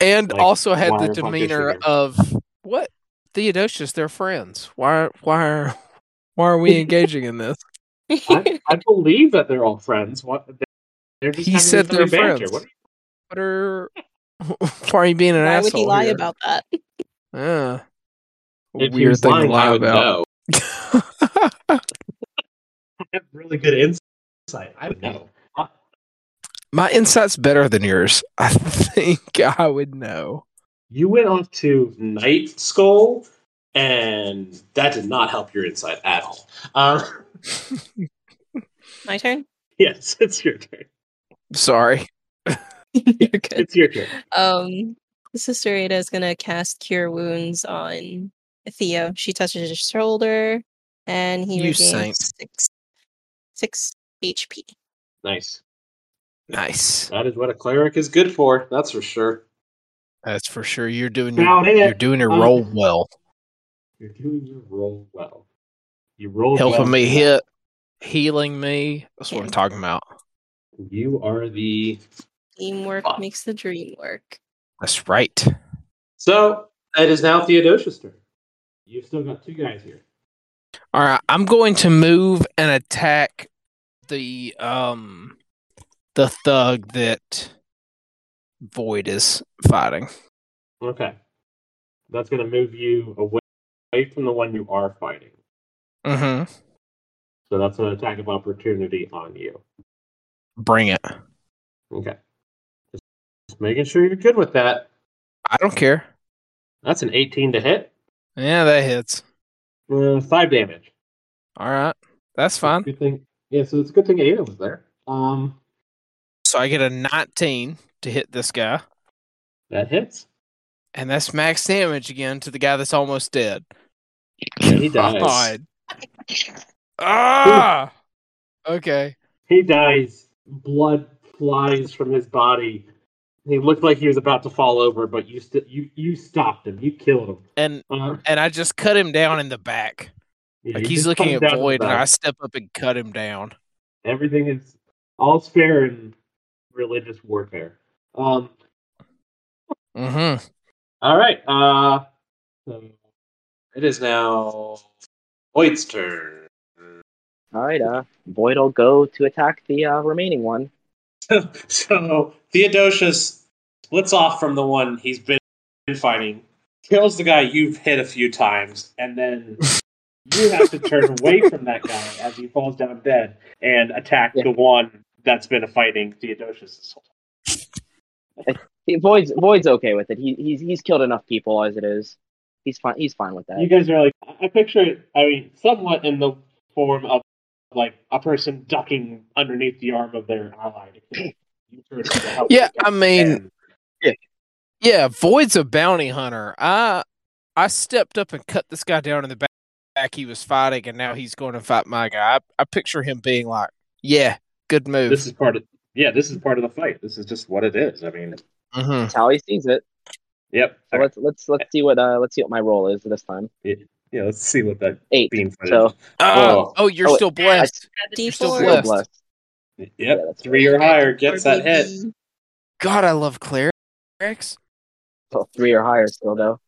[SPEAKER 4] and
[SPEAKER 3] Like,
[SPEAKER 4] also had
[SPEAKER 3] why
[SPEAKER 4] the
[SPEAKER 3] are punk
[SPEAKER 4] demeanor
[SPEAKER 3] issues?
[SPEAKER 4] of what Theodosius, they're friends. Why why are why are we engaging in this?
[SPEAKER 3] I, I believe that they're all friends. What they're just
[SPEAKER 4] He
[SPEAKER 3] having
[SPEAKER 4] said
[SPEAKER 3] each other
[SPEAKER 4] they're
[SPEAKER 3] banter.
[SPEAKER 4] friends.
[SPEAKER 3] What are
[SPEAKER 4] What are why are you being an
[SPEAKER 5] Why
[SPEAKER 4] asshole?
[SPEAKER 5] would he lie
[SPEAKER 4] here?
[SPEAKER 5] about that?
[SPEAKER 4] Yeah.
[SPEAKER 3] you- if he
[SPEAKER 4] Weird
[SPEAKER 3] was
[SPEAKER 4] thing
[SPEAKER 3] lying,
[SPEAKER 4] to lie
[SPEAKER 3] I would
[SPEAKER 4] about.
[SPEAKER 3] know. I have really good insight. I would know.
[SPEAKER 4] My insight's better than yours. I think I would know.
[SPEAKER 3] You went off to Night Skull, and that did not help your insight at all. Uh,
[SPEAKER 5] My turn.
[SPEAKER 3] yes, it's your turn.
[SPEAKER 4] Sorry.
[SPEAKER 5] You're good.
[SPEAKER 3] It's your turn.
[SPEAKER 5] Um, Sister Ada is gonna cast Cure Wounds on Theo. She touches his shoulder, and he
[SPEAKER 4] You
[SPEAKER 5] regains
[SPEAKER 4] saint.
[SPEAKER 5] six six HP.
[SPEAKER 3] Nice.
[SPEAKER 4] Nice.
[SPEAKER 3] That is what a cleric is good for. That's for sure.
[SPEAKER 4] That's for sure. You're doing your
[SPEAKER 3] About it.
[SPEAKER 4] Mm, you're doing your
[SPEAKER 3] Um,
[SPEAKER 4] role well.
[SPEAKER 3] You're doing your role well. You rolled
[SPEAKER 4] Helping
[SPEAKER 3] well.
[SPEAKER 4] me hit, healing me. That's what I'm
[SPEAKER 5] Yeah.
[SPEAKER 4] talking about.
[SPEAKER 3] You are the
[SPEAKER 5] Teamwork
[SPEAKER 3] Fuck.
[SPEAKER 5] makes the dream work.
[SPEAKER 4] That's right.
[SPEAKER 3] so. It is now Theodosius' turn. You've still got two guys here.
[SPEAKER 4] All right, I'm going to move and attack the um the thug that Void is fighting.
[SPEAKER 3] Okay, that's going to move you away, away from the one you are fighting.
[SPEAKER 4] Mm-hmm.
[SPEAKER 3] So that's an attack of opportunity on you.
[SPEAKER 4] Bring it.
[SPEAKER 3] Okay, just, just making sure you're good with that.
[SPEAKER 4] I don't care.
[SPEAKER 3] That's an 18 to hit.
[SPEAKER 4] Yeah, that hits.
[SPEAKER 3] Uh, five damage.
[SPEAKER 4] All right,
[SPEAKER 3] So it's
[SPEAKER 4] that's
[SPEAKER 3] a
[SPEAKER 4] fine.
[SPEAKER 3] Good thing. Yeah, so it's a good thing Ada was there. Um,
[SPEAKER 4] So I get a 19 to hit this guy,
[SPEAKER 3] that hits.
[SPEAKER 4] and that's max damage again to the guy that's almost dead.
[SPEAKER 3] Yeah, he dies.
[SPEAKER 4] God. ah. Okay.
[SPEAKER 3] He dies. Blood flies from his body. He looked like he was about to fall over, but you st- you you stopped him. You killed him.
[SPEAKER 4] And
[SPEAKER 3] Uh,
[SPEAKER 4] and I just cut him down in the back.
[SPEAKER 3] yeah,
[SPEAKER 4] Like
[SPEAKER 3] you
[SPEAKER 4] he's
[SPEAKER 3] just cut
[SPEAKER 4] looking
[SPEAKER 3] him
[SPEAKER 4] at
[SPEAKER 3] down to
[SPEAKER 4] Void,
[SPEAKER 3] the
[SPEAKER 4] and I
[SPEAKER 3] ground.
[SPEAKER 4] step up and cut him down.
[SPEAKER 3] Everything is all's fair in religious warfare. Um.
[SPEAKER 4] Mm-hmm.
[SPEAKER 3] All right. Uh. So it is now Void's turn.
[SPEAKER 6] All right, uh, Void will go to attack the uh, remaining one.
[SPEAKER 3] so Theodosius splits off from the one he's been fighting, kills the guy you've hit a few times, and then you have to turn away from that guy as he falls down dead and attack
[SPEAKER 6] Yeah.
[SPEAKER 3] the one that's been fighting Theodosius. this whole time.
[SPEAKER 6] See, Void's Void's okay with it. He he's he's killed enough people as it is. He's fine. He's fine with that.
[SPEAKER 3] You guys are like, I- I picture it. I mean, somewhat in the form of like a person ducking underneath the arm of their ally. To kill. You turn to help
[SPEAKER 4] Yeah,
[SPEAKER 3] the guy
[SPEAKER 4] I mean,
[SPEAKER 3] and-
[SPEAKER 4] yeah, Void's a bounty hunter. I I stepped up and cut this guy down in the back. back He was fighting, and now he's going to fight my guy. I, I picture him being like, "Yeah, good move."
[SPEAKER 3] this is part of yeah. This is part of the fight. This is just what it is. I mean,
[SPEAKER 4] hmm
[SPEAKER 6] That's how he sees it.
[SPEAKER 3] Yep.
[SPEAKER 6] So let's let's let's see what uh let's see what my role is this time.
[SPEAKER 3] yeah, let's see what that
[SPEAKER 6] Eight.
[SPEAKER 3] beam footage.
[SPEAKER 6] So
[SPEAKER 4] oh.
[SPEAKER 3] Oh.
[SPEAKER 4] oh, you're
[SPEAKER 6] Oh, wait.
[SPEAKER 4] still
[SPEAKER 6] I
[SPEAKER 4] blessed.
[SPEAKER 5] D
[SPEAKER 4] still
[SPEAKER 5] four.
[SPEAKER 6] still
[SPEAKER 4] blessed.
[SPEAKER 6] blessed.
[SPEAKER 3] yep,
[SPEAKER 6] that's
[SPEAKER 3] three or higher gets that hit.
[SPEAKER 4] God, I love clerics.
[SPEAKER 6] Well, three or higher still though.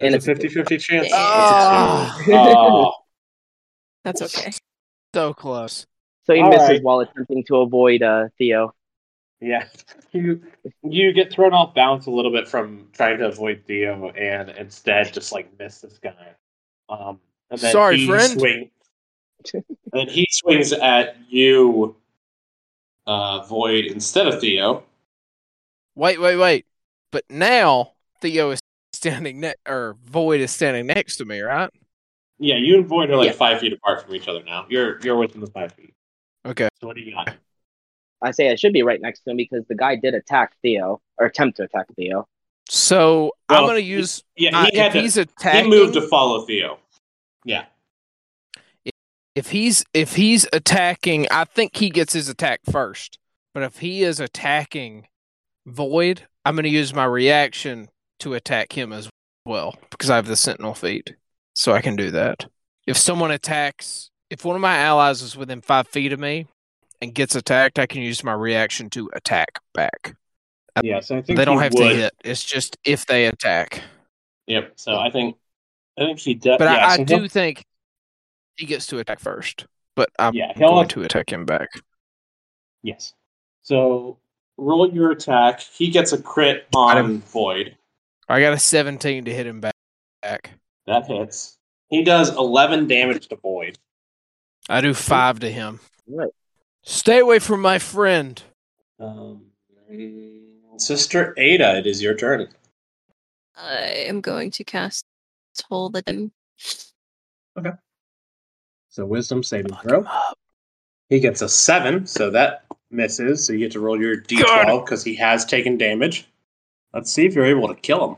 [SPEAKER 3] There's
[SPEAKER 6] And
[SPEAKER 3] a
[SPEAKER 6] it's a
[SPEAKER 3] 50-50 chance.
[SPEAKER 4] Ah.
[SPEAKER 3] It's a two. Oh,
[SPEAKER 5] That's okay.
[SPEAKER 4] So close.
[SPEAKER 6] so he
[SPEAKER 3] All
[SPEAKER 6] misses
[SPEAKER 3] right.
[SPEAKER 6] while attempting to avoid uh Theo.
[SPEAKER 3] yeah. You you get thrown off balance a little bit from trying to avoid Theo, and instead just like miss this guy. Um, and then
[SPEAKER 4] Sorry,
[SPEAKER 3] he
[SPEAKER 4] friend.
[SPEAKER 3] swing. And he swings at you, uh, Void instead of Theo.
[SPEAKER 4] Wait, wait, wait. But now Theo is standing next, or Void is standing next to me, right?
[SPEAKER 3] Yeah, you and Void are like
[SPEAKER 6] Yeah.
[SPEAKER 3] five feet apart from each other now. You're you're within the five feet.
[SPEAKER 4] Okay.
[SPEAKER 3] So what do you got?
[SPEAKER 6] I say I should be right next to him because the guy did attack Theo or attempt to attack Theo.
[SPEAKER 4] So I'm
[SPEAKER 3] Well,
[SPEAKER 4] gonna
[SPEAKER 3] he-
[SPEAKER 4] use
[SPEAKER 3] Yeah,
[SPEAKER 4] my,
[SPEAKER 3] he had
[SPEAKER 4] Uh, if
[SPEAKER 3] to.
[SPEAKER 4] he's attacking.
[SPEAKER 3] He moved to follow Theo. Yeah.
[SPEAKER 4] if he's if he's attacking, I think he gets his attack first. But if he is attacking Void, I'm gonna use my reaction to attack him as well because I have the Sentinel feat, so I can do that. If someone attacks, if one of my allies is within five feet of me and gets attacked, I can use my reaction to attack back.
[SPEAKER 3] Yeah, so I think
[SPEAKER 4] Uh, They don't
[SPEAKER 3] he
[SPEAKER 4] have
[SPEAKER 3] would.
[SPEAKER 4] to hit. It's just if they attack.
[SPEAKER 3] Yep. So I think I think he does.
[SPEAKER 4] But
[SPEAKER 3] Uh, yeah,
[SPEAKER 4] I, I
[SPEAKER 3] so he'll-
[SPEAKER 4] do think he gets to attack first. But I'm
[SPEAKER 3] Yeah, he'll
[SPEAKER 4] going
[SPEAKER 3] have-
[SPEAKER 4] to attack him back.
[SPEAKER 3] Yes. So roll your attack. He gets a crit on Void.
[SPEAKER 4] I got a 17 to hit him back. back.
[SPEAKER 3] That hits. He does eleven damage to Void.
[SPEAKER 4] I do five to him.
[SPEAKER 6] Right.
[SPEAKER 4] Stay away from my friend.
[SPEAKER 3] Um, Sister Ada, it is your turn.
[SPEAKER 5] I am going to cast Toll the Dim.
[SPEAKER 3] So Wisdom saving
[SPEAKER 4] Fuck
[SPEAKER 3] throw.
[SPEAKER 4] him up.
[SPEAKER 3] He gets a seven, so that misses. So you get to roll your d12 because he has taken damage. Let's see if you're able to kill him.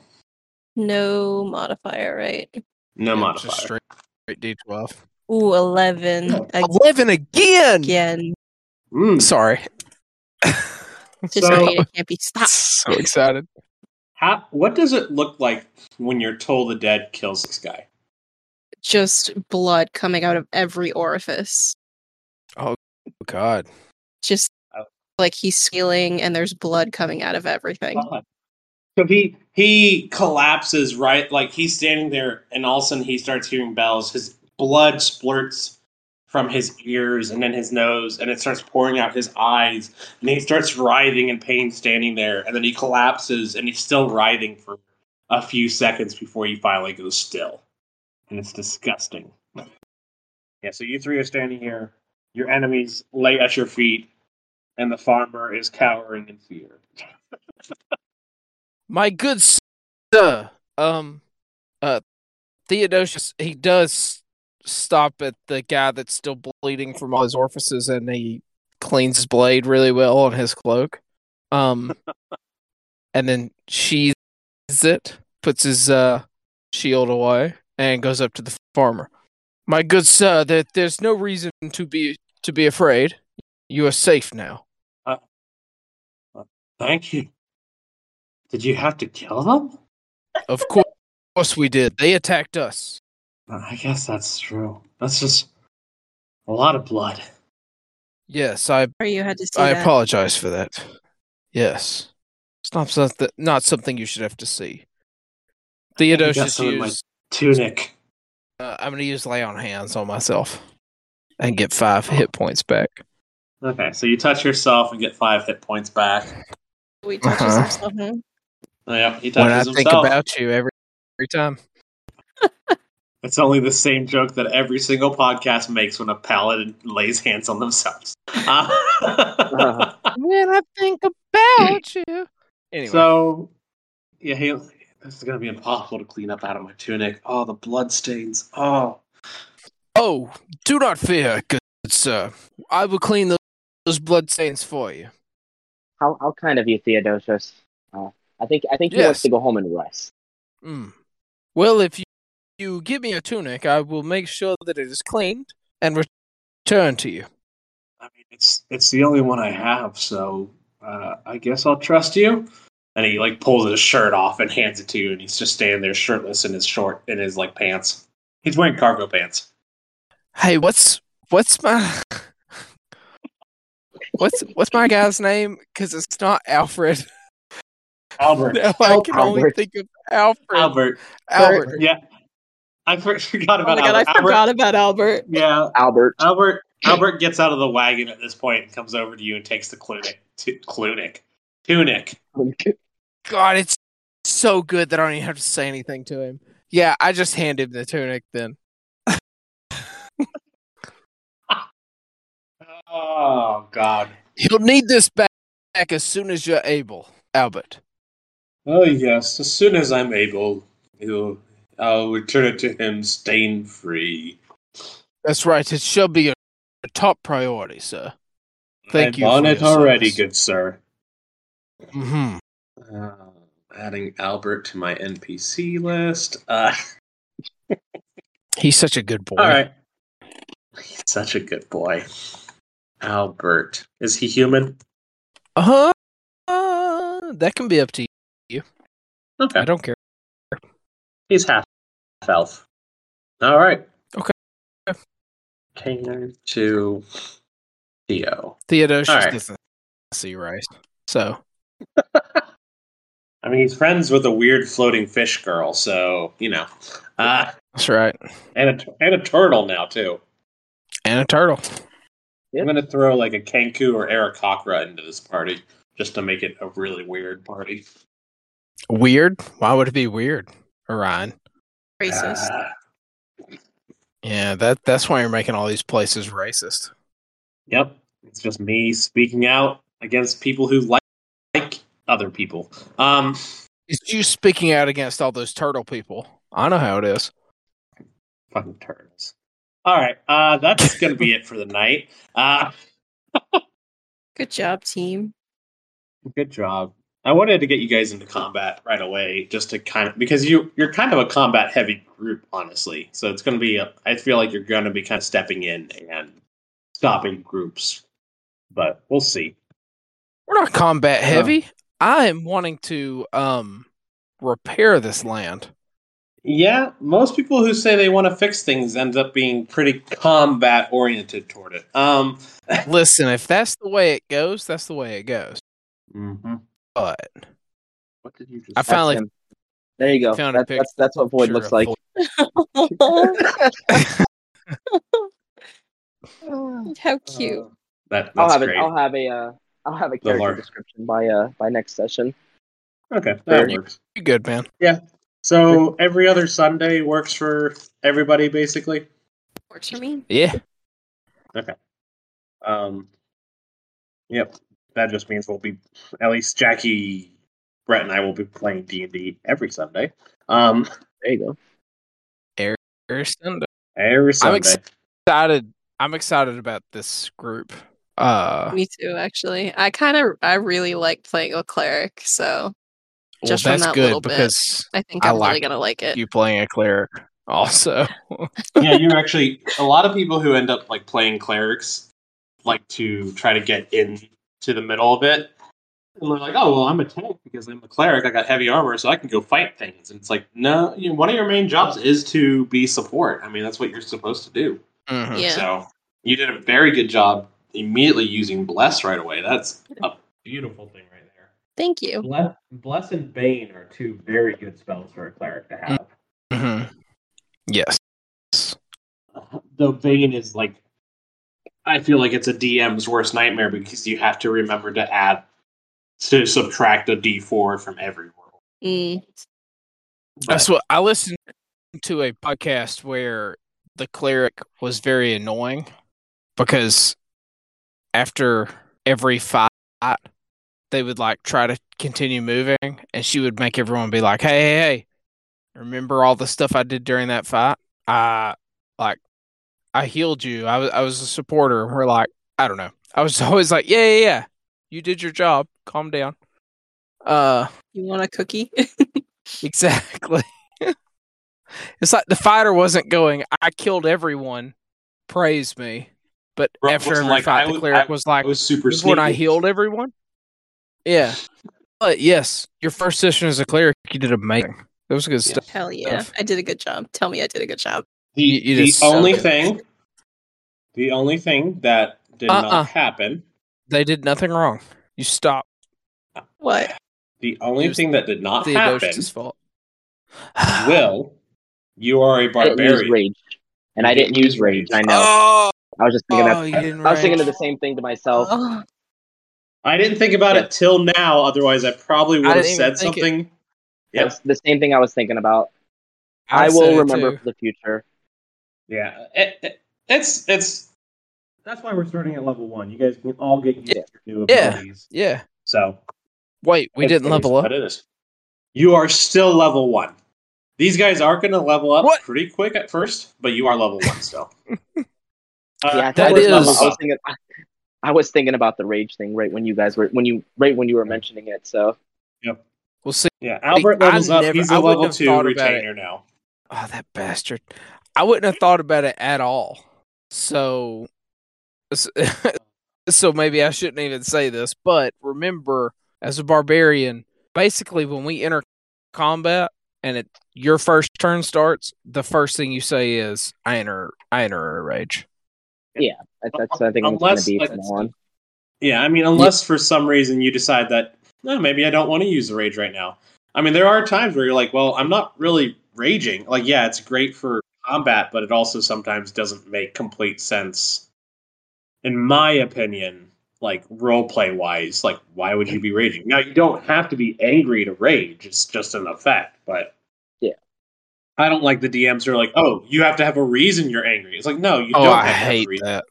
[SPEAKER 5] No modifier, right?
[SPEAKER 3] No
[SPEAKER 4] Yeah, it's a
[SPEAKER 3] modifier.
[SPEAKER 4] Straight, straight D12.
[SPEAKER 5] Ooh, 11
[SPEAKER 4] 11 again!
[SPEAKER 5] again.
[SPEAKER 3] Mm.
[SPEAKER 4] Sorry.
[SPEAKER 5] Just
[SPEAKER 3] So-
[SPEAKER 5] so it can't be stopped.
[SPEAKER 4] so excited.
[SPEAKER 3] How, what does it look like when you're told the dead kills this guy?
[SPEAKER 5] Just blood coming out of every orifice.
[SPEAKER 4] Oh, God.
[SPEAKER 5] Just
[SPEAKER 3] Oh.
[SPEAKER 5] like he's squealing and there's blood coming out of everything.
[SPEAKER 3] So he he collapses right like he's standing there, and all of a sudden he starts hearing bells. His blood splurts from his ears and then his nose, and it starts pouring out his eyes. And he starts writhing in pain, standing there, and then he collapses, and he's still writhing for a few seconds before he finally goes still. And it's disgusting. Yeah, so you three are standing here. Your enemies lay at your feet, and the farmer is cowering in fear.
[SPEAKER 4] My good sir, um, uh, Theodosius, he does stop at the guy that's still bleeding from all his orifices and he cleans his blade really well on his cloak. Um, and then sheathes it, puts his, uh, shield away, and goes up to the farmer. My good sir, there, there's no reason to be to be afraid. You are safe now.
[SPEAKER 3] Thank you. Did you have to kill them?
[SPEAKER 4] Of course, of course we did. They attacked us.
[SPEAKER 3] Oh, I guess that's true. That's just a lot of blood.
[SPEAKER 4] Yes, I
[SPEAKER 5] Or you had to see
[SPEAKER 4] I
[SPEAKER 5] that.
[SPEAKER 4] apologize for that. Yes. It's not something, not something you should have to see.
[SPEAKER 3] think I got
[SPEAKER 4] Theodosius
[SPEAKER 3] some in my-
[SPEAKER 4] used.
[SPEAKER 3] Tunic.
[SPEAKER 4] Uh, I'm going to use lay on hands on myself and get five hit points back.
[SPEAKER 3] Okay, so you touch yourself and get five hit points back.
[SPEAKER 5] We touches
[SPEAKER 4] Uh-huh.
[SPEAKER 5] himself, huh?
[SPEAKER 3] Oh, yeah, he
[SPEAKER 4] When
[SPEAKER 3] touches
[SPEAKER 4] I
[SPEAKER 3] himself.
[SPEAKER 4] think about you every every time.
[SPEAKER 3] it's only the same joke that every single podcast makes when a paladin lays hands on themselves. Uh,
[SPEAKER 4] When I think about you. Uh-huh. Anyway,
[SPEAKER 3] So, yeah, he, this is gonna be impossible to clean up out of my tunic. Oh, the blood stains. Oh,
[SPEAKER 4] oh, do not fear, good sir. I will clean those, those bloodstains for you.
[SPEAKER 6] How how kind of you, Theodosius. Uh, I think I think he
[SPEAKER 4] Yes.
[SPEAKER 6] wants to go home and rest.
[SPEAKER 4] Mm. Well, if you, you give me a tunic, I will make sure that it is cleaned and returned to you.
[SPEAKER 3] I mean, it's it's the only one I have, so uh, I guess I'll trust you. And he like pulls his shirt off and hands it to you, and he's just standing there shirtless in his short in his like pants. He's wearing cargo pants.
[SPEAKER 4] Hey, what's what's my what's what's my guy's name? Because it's not Alfred.
[SPEAKER 3] Oh, Albert,
[SPEAKER 4] Now I can only
[SPEAKER 6] Albert.
[SPEAKER 4] think of Alfred.
[SPEAKER 3] Albert,
[SPEAKER 4] Albert.
[SPEAKER 3] yeah. I for- forgot
[SPEAKER 5] Oh
[SPEAKER 3] about
[SPEAKER 5] my god,
[SPEAKER 3] Albert.
[SPEAKER 5] I forgot about Albert.
[SPEAKER 3] Albert, yeah,
[SPEAKER 6] Albert.
[SPEAKER 3] Albert. Albert gets out of the wagon at this point and comes over to you and takes the clunic, t- clunic, tunic.
[SPEAKER 4] God, it's so good that I don't even have to say anything to him. Yeah, I just hand him the tunic then.
[SPEAKER 3] Oh God.
[SPEAKER 4] He'll need this back, back as soon as you're able, Albert.
[SPEAKER 3] Oh yes, as soon as I'm able, he'll, I'll return it to him stain free.
[SPEAKER 4] That's right. It shall be your top priority, sir. Thank
[SPEAKER 3] I'm
[SPEAKER 4] you
[SPEAKER 3] on
[SPEAKER 4] for
[SPEAKER 3] it
[SPEAKER 4] your
[SPEAKER 3] already,
[SPEAKER 4] service.
[SPEAKER 3] good sir.
[SPEAKER 4] Mm-hmm.
[SPEAKER 3] Uh, adding Albert to my NPC list. Uh,
[SPEAKER 4] He's such a good boy.
[SPEAKER 3] all right. He's such a good boy. Albert. Is he human?
[SPEAKER 4] Uh-huh. Uh, that can be up to you. I
[SPEAKER 3] Okay.
[SPEAKER 4] don't care.
[SPEAKER 3] He's half elf. All right.
[SPEAKER 4] Okay.
[SPEAKER 3] Turn to Theo.
[SPEAKER 4] Theodosius
[SPEAKER 3] Alright.
[SPEAKER 4] doesn't see rice. So
[SPEAKER 3] I mean, he's friends with a weird floating fish girl, so you know, uh,
[SPEAKER 4] that's right.
[SPEAKER 3] and a and a turtle now too.
[SPEAKER 4] And a turtle.
[SPEAKER 3] I'm gonna throw like a Kenku or Arakakra into this party just to make it a really weird party.
[SPEAKER 4] Weird? Why would it be weird, Orion?
[SPEAKER 5] Racist.
[SPEAKER 3] Ah,
[SPEAKER 4] Yeah, that that's why you're making all these places racist.
[SPEAKER 3] yep, it's just me speaking out against people who like like other people. Um,
[SPEAKER 4] It's you speaking out against all those turtle people. I know how it is.
[SPEAKER 3] fucking turtles. All right, uh, that's gonna be it for the night. Uh,
[SPEAKER 5] Good job, team.
[SPEAKER 3] Good job. I wanted to get you guys into combat right away, just to kind of because you you're kind of a combat heavy group, honestly. So it's going to be. A, I feel like you're going to be kind of stepping in and stopping groups, but we'll see.
[SPEAKER 4] We're not combat heavy. I am wanting to um repair this land.
[SPEAKER 3] Yeah, most people who say they want to fix things end up being pretty combat oriented toward it. Um,
[SPEAKER 4] Listen, if that's the way it goes, that's the way it goes. But
[SPEAKER 3] what did you just?
[SPEAKER 4] I
[SPEAKER 6] That's
[SPEAKER 4] finally
[SPEAKER 6] him. There you go.
[SPEAKER 4] found a
[SPEAKER 6] That,
[SPEAKER 4] pic-
[SPEAKER 6] that's that's what void
[SPEAKER 4] picture of
[SPEAKER 6] looks like.
[SPEAKER 4] Void.
[SPEAKER 5] How cute.
[SPEAKER 3] that
[SPEAKER 6] I'll
[SPEAKER 3] that's
[SPEAKER 6] have
[SPEAKER 3] great.
[SPEAKER 6] it. I'll have a. Uh, I'll have a character
[SPEAKER 3] large-
[SPEAKER 6] description by uh by next session.
[SPEAKER 3] okay, that
[SPEAKER 4] Sure.
[SPEAKER 3] works.
[SPEAKER 4] You good, man?
[SPEAKER 3] So every other Sunday works for everybody, basically.
[SPEAKER 5] Works for me.
[SPEAKER 4] Yeah.
[SPEAKER 3] Um, yep. That just means we'll be at least Jackie, Brett, and I will be playing D and D every Sunday. Um,
[SPEAKER 6] There you go.
[SPEAKER 4] Very soon.
[SPEAKER 3] every Sunday.
[SPEAKER 4] ex- excited. I'm excited about this group. Uh,
[SPEAKER 5] Me too, actually. I kind of, I really like playing a cleric, so
[SPEAKER 4] well,
[SPEAKER 5] Just from
[SPEAKER 4] that's
[SPEAKER 5] that
[SPEAKER 4] good
[SPEAKER 5] little bit.
[SPEAKER 4] because
[SPEAKER 5] I think
[SPEAKER 4] I
[SPEAKER 5] I'm really
[SPEAKER 4] like
[SPEAKER 5] gonna like it.
[SPEAKER 4] you playing a cleric also.
[SPEAKER 3] yeah, you're actually a lot of people who end up like playing clerics like to try to get in to the middle of it. And they're like, oh well, I'm a tank because I'm a cleric. I got heavy armor, so I can go fight things. And it's like, no, you one of your main jobs is to be support. I mean, that's what you're supposed to do.
[SPEAKER 4] Mhm.
[SPEAKER 5] Yeah.
[SPEAKER 3] So you did a very good job immediately using bless right away. That's a beautiful thing right there.
[SPEAKER 5] Thank you.
[SPEAKER 3] Bless, bless and bane are two very good spells for a cleric to have.
[SPEAKER 4] Mhm. Yes.
[SPEAKER 5] Mm.
[SPEAKER 3] Though bane is like, I feel like it's a DM's worst nightmare because you have to remember to add to subtract a D4 from every roll.
[SPEAKER 5] Mm.
[SPEAKER 3] But-
[SPEAKER 4] That's what I listened to a podcast where the cleric was very annoying because after every fight, they would like try to continue moving, and she would make everyone be like, "Hey, hey, hey! Remember all the stuff I did during that fight? I like, I healed you. I was, I was a supporter." And we're like, "I don't know." I was always like, "Yeah, yeah, yeah. You did your job. Calm down." Uh,
[SPEAKER 5] You want a cookie?
[SPEAKER 4] Exactly. it's like the fighter wasn't going, I killed everyone, praise me. But
[SPEAKER 3] Bro, it
[SPEAKER 4] after
[SPEAKER 3] wasn't
[SPEAKER 4] every
[SPEAKER 3] like,
[SPEAKER 4] fight,
[SPEAKER 3] I
[SPEAKER 4] the
[SPEAKER 3] was-
[SPEAKER 4] cleric was
[SPEAKER 3] I
[SPEAKER 4] like,
[SPEAKER 3] was super
[SPEAKER 4] "Remember when I
[SPEAKER 3] sneaky.
[SPEAKER 4] healed everyone? Yeah. But yes, your first session as a cleric, you did amazing. That was good
[SPEAKER 3] Yeah.
[SPEAKER 4] stuff.
[SPEAKER 5] Hell yeah.
[SPEAKER 4] Stuff.
[SPEAKER 5] I did a good job. Tell me I did a good job.
[SPEAKER 3] The,
[SPEAKER 4] You- you
[SPEAKER 3] the
[SPEAKER 4] just suck.
[SPEAKER 3] only thing, the only thing that did
[SPEAKER 4] Uh-uh.
[SPEAKER 3] not happen,
[SPEAKER 4] They did nothing wrong. You stopped
[SPEAKER 5] What?
[SPEAKER 3] the only
[SPEAKER 4] It was
[SPEAKER 3] thing that did not happen,
[SPEAKER 4] Theodosius' fault.
[SPEAKER 3] Will, you are a
[SPEAKER 6] I didn't use
[SPEAKER 3] barbarian.
[SPEAKER 6] rage, and
[SPEAKER 3] You
[SPEAKER 6] I didn't use rage. I know.
[SPEAKER 4] Oh,
[SPEAKER 6] I was just thinking
[SPEAKER 4] oh,
[SPEAKER 6] that.
[SPEAKER 4] you didn't
[SPEAKER 6] I was thinking of
[SPEAKER 4] rage.
[SPEAKER 6] the same thing to myself.
[SPEAKER 5] Oh,
[SPEAKER 3] I didn't think about it till now. Otherwise, I probably would
[SPEAKER 4] I
[SPEAKER 3] have
[SPEAKER 4] didn't even
[SPEAKER 3] said
[SPEAKER 4] think it.
[SPEAKER 3] something. Yep.
[SPEAKER 6] That's the same thing I was thinking about. I,
[SPEAKER 4] said
[SPEAKER 6] will
[SPEAKER 4] it
[SPEAKER 6] remember
[SPEAKER 4] too.
[SPEAKER 6] for the future.
[SPEAKER 3] Yeah. It- it- it's it's. That's why we're starting at level one. You guys can all get used
[SPEAKER 6] Yeah.
[SPEAKER 3] to your new
[SPEAKER 4] Yeah.
[SPEAKER 3] abilities.
[SPEAKER 4] Yeah.
[SPEAKER 3] So
[SPEAKER 4] Wait, we
[SPEAKER 3] it-
[SPEAKER 4] didn't
[SPEAKER 3] it is
[SPEAKER 4] level up.
[SPEAKER 3] what it is. You are still level one. These guys are going to level up
[SPEAKER 4] What?
[SPEAKER 3] pretty quick at first, but you are level one still. Uh,
[SPEAKER 6] yeah, I
[SPEAKER 4] that
[SPEAKER 6] thought it
[SPEAKER 4] is-
[SPEAKER 6] was level- I was thinking. I, I was thinking about the rage thing right when you guys were when you right when you were mentioning it. So
[SPEAKER 4] We'll see.
[SPEAKER 3] Yeah, Albert
[SPEAKER 4] I
[SPEAKER 3] levels up.
[SPEAKER 4] never-
[SPEAKER 3] He's
[SPEAKER 4] I
[SPEAKER 3] a
[SPEAKER 4] wouldn't
[SPEAKER 3] level
[SPEAKER 4] have
[SPEAKER 3] two
[SPEAKER 4] thought about it.
[SPEAKER 3] retainer now.
[SPEAKER 4] Oh, that bastard. I wouldn't have thought about it at all. So, s- so maybe I shouldn't even say this, but remember, as a barbarian, basically when we enter combat and it your first turn starts, the first thing you say is, "I enter, I enter a rage."
[SPEAKER 6] Yeah, that- that's I think what it's going to
[SPEAKER 3] Unless,
[SPEAKER 6] be
[SPEAKER 3] like,
[SPEAKER 6] from now on.
[SPEAKER 3] Yeah, I mean, unless for some reason you decide that no, maybe I don't want to use the rage right now. I mean, there are times where you're like, well, I'm not really raging. Like, yeah, it's great for combat, but it also sometimes doesn't make complete sense, in my opinion. Like role play wise, like why would you be raging? Now you don't have to be angry to rage; it's just an effect. But
[SPEAKER 6] Yeah.
[SPEAKER 3] I don't like the DMs who are like, "Oh, you have to have a reason you're angry." It's like, no, you
[SPEAKER 4] Oh,
[SPEAKER 3] don't. have
[SPEAKER 4] I
[SPEAKER 3] to have a
[SPEAKER 4] hate
[SPEAKER 3] reason
[SPEAKER 4] that.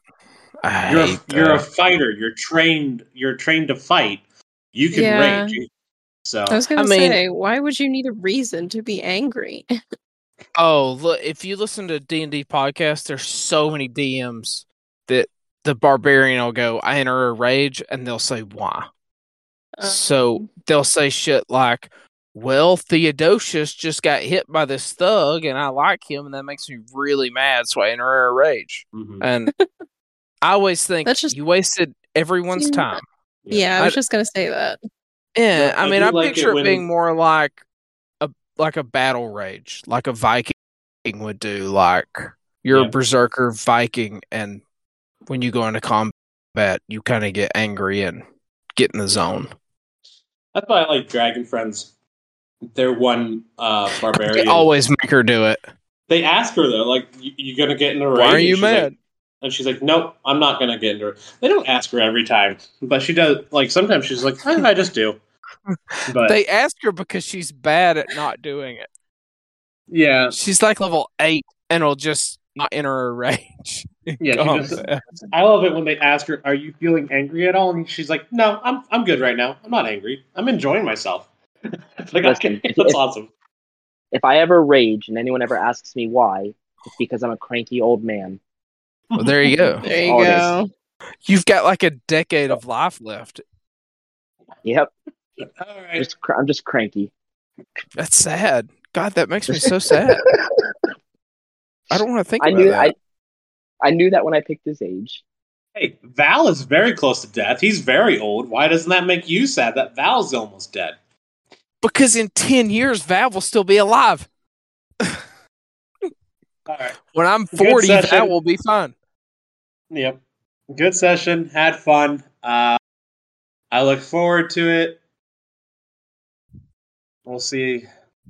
[SPEAKER 4] I
[SPEAKER 3] you're a,
[SPEAKER 4] hate
[SPEAKER 3] you're a
[SPEAKER 4] that.
[SPEAKER 3] fighter. You're trained. You're trained to fight. You can
[SPEAKER 5] Yeah.
[SPEAKER 3] rage. So
[SPEAKER 5] I was gonna
[SPEAKER 4] I mean-
[SPEAKER 5] say, why would you need a reason to be angry? Uh,
[SPEAKER 4] Oh, look! If you listen to D and D podcasts, there's so many DMs that the barbarian will go, "I enter a rage," and they'll say, "Why?" So
[SPEAKER 5] Um,
[SPEAKER 4] they'll say shit like, "Well, Theodosius just got hit by this thug, and I like him, and that makes me really mad, so I enter a rage."
[SPEAKER 3] mhm.
[SPEAKER 4] And I always think
[SPEAKER 5] That's just-
[SPEAKER 4] you wasted everyone's
[SPEAKER 5] Yeah.
[SPEAKER 4] time.
[SPEAKER 5] yeah, I was
[SPEAKER 4] I-
[SPEAKER 5] just gonna say that.
[SPEAKER 4] Yeah,
[SPEAKER 3] No,
[SPEAKER 4] I
[SPEAKER 3] I
[SPEAKER 4] mean,
[SPEAKER 3] do
[SPEAKER 4] I
[SPEAKER 3] like it
[SPEAKER 4] picture it
[SPEAKER 3] when-
[SPEAKER 4] being more like a like a battle rage, like a Viking would do. Like you're
[SPEAKER 3] Yeah.
[SPEAKER 4] a berserker Viking, and when you go into combat, you kind of get angry and get in the zone.
[SPEAKER 3] that's why I like Dragon Friends. They're one uh,
[SPEAKER 4] They
[SPEAKER 3] barbarian.
[SPEAKER 4] always make her do it.
[SPEAKER 3] They ask her though, like, you, "You gonna get in a rage?"
[SPEAKER 4] Why are
[SPEAKER 3] And
[SPEAKER 4] you
[SPEAKER 3] she's like-
[SPEAKER 4] mad?
[SPEAKER 3] and she's like, "Nope, I'm not gonna get into it." They don't ask her every time, but she does. Like sometimes she's like, "Eh, "I just do." But
[SPEAKER 4] They ask her because she's bad at not doing it.
[SPEAKER 3] yeah,
[SPEAKER 4] She's like level eight and will just not enter Oh, a rage. in
[SPEAKER 3] yeah. She just,
[SPEAKER 4] combat.
[SPEAKER 3] I love it when they ask her, "Are you feeling angry at all?" And she's like, "No, I'm I'm good right now. I'm not angry. I'm enjoying myself." It's like,
[SPEAKER 6] Listen,
[SPEAKER 3] okay,
[SPEAKER 6] if-
[SPEAKER 3] that's
[SPEAKER 6] if-
[SPEAKER 3] awesome.
[SPEAKER 6] If I ever rage and anyone ever asks me why, it's because I'm a cranky old man.
[SPEAKER 4] well, there you go.
[SPEAKER 5] There you
[SPEAKER 6] all it
[SPEAKER 5] go.
[SPEAKER 6] is.
[SPEAKER 4] You've got like a decade of life left.
[SPEAKER 6] Yep,
[SPEAKER 3] All
[SPEAKER 6] I'm
[SPEAKER 3] right.
[SPEAKER 6] just cr- I'm just cranky.
[SPEAKER 4] That's sad. God, that makes me so sad. I don't want to think
[SPEAKER 6] I
[SPEAKER 4] about
[SPEAKER 6] knew
[SPEAKER 4] that.
[SPEAKER 6] I I knew that when I picked his age.
[SPEAKER 3] Hey, Val is very close to death. He's very old. Why doesn't that make you sad that Val's almost dead?
[SPEAKER 4] Because in ten years, Val will still be alive.
[SPEAKER 3] All right.
[SPEAKER 4] When I'm
[SPEAKER 3] Good
[SPEAKER 4] forty, Val
[SPEAKER 3] session.
[SPEAKER 4] will be fine.
[SPEAKER 3] Yep. Good session. Had fun. Uh, I look forward to it. We'll see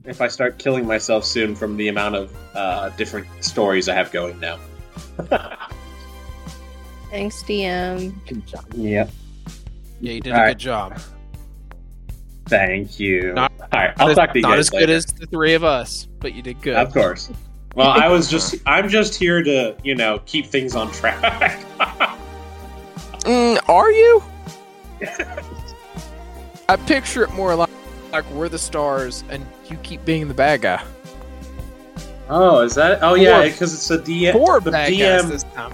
[SPEAKER 3] if I start killing myself soon from the amount of uh, different stories I have going now.
[SPEAKER 5] Thanks, DM.
[SPEAKER 6] Good job.
[SPEAKER 3] Yep.
[SPEAKER 4] Yeah, you did
[SPEAKER 3] All
[SPEAKER 4] a
[SPEAKER 3] right.
[SPEAKER 4] good job.
[SPEAKER 3] Thank you.
[SPEAKER 4] Not-
[SPEAKER 3] All right. I'll
[SPEAKER 4] Not-
[SPEAKER 3] talk to you
[SPEAKER 4] Not
[SPEAKER 3] guys
[SPEAKER 4] as
[SPEAKER 3] later.
[SPEAKER 4] good as the three of us, but you did good.
[SPEAKER 3] Of course. Well, I was just I'm just here to, you know, keep things on track.
[SPEAKER 4] Mm, are you? I picture it more like, like we're the stars and you keep being the bad guy.
[SPEAKER 3] oh, is that Oh yeah, cuz it's a DM
[SPEAKER 4] Four
[SPEAKER 3] the
[SPEAKER 4] bad guys
[SPEAKER 3] DM
[SPEAKER 4] this time.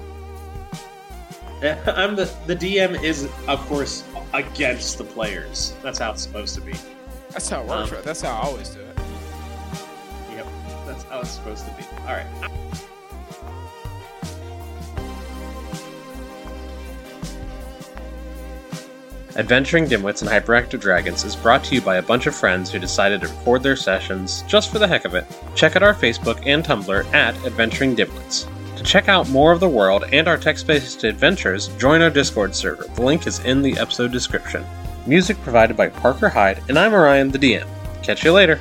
[SPEAKER 3] I'm the the DM is of course against the players. That's how it's supposed to be.
[SPEAKER 4] That's how it works,
[SPEAKER 3] Um,
[SPEAKER 4] right? That's how I always do it.
[SPEAKER 3] Yep. That's how it's supposed to be. All right. Adventuring Dimwits and Hyperactive Dragons is brought to you by a bunch of friends who decided to record their sessions just for the heck of it. Check out our Facebook and Tumblr at Adventuring Dimwits. To check out more of the world and our text based adventures, join our Discord server. The link is in the episode description. Music provided by Parker Hyde, and I'm Orion, the DM. Catch you later.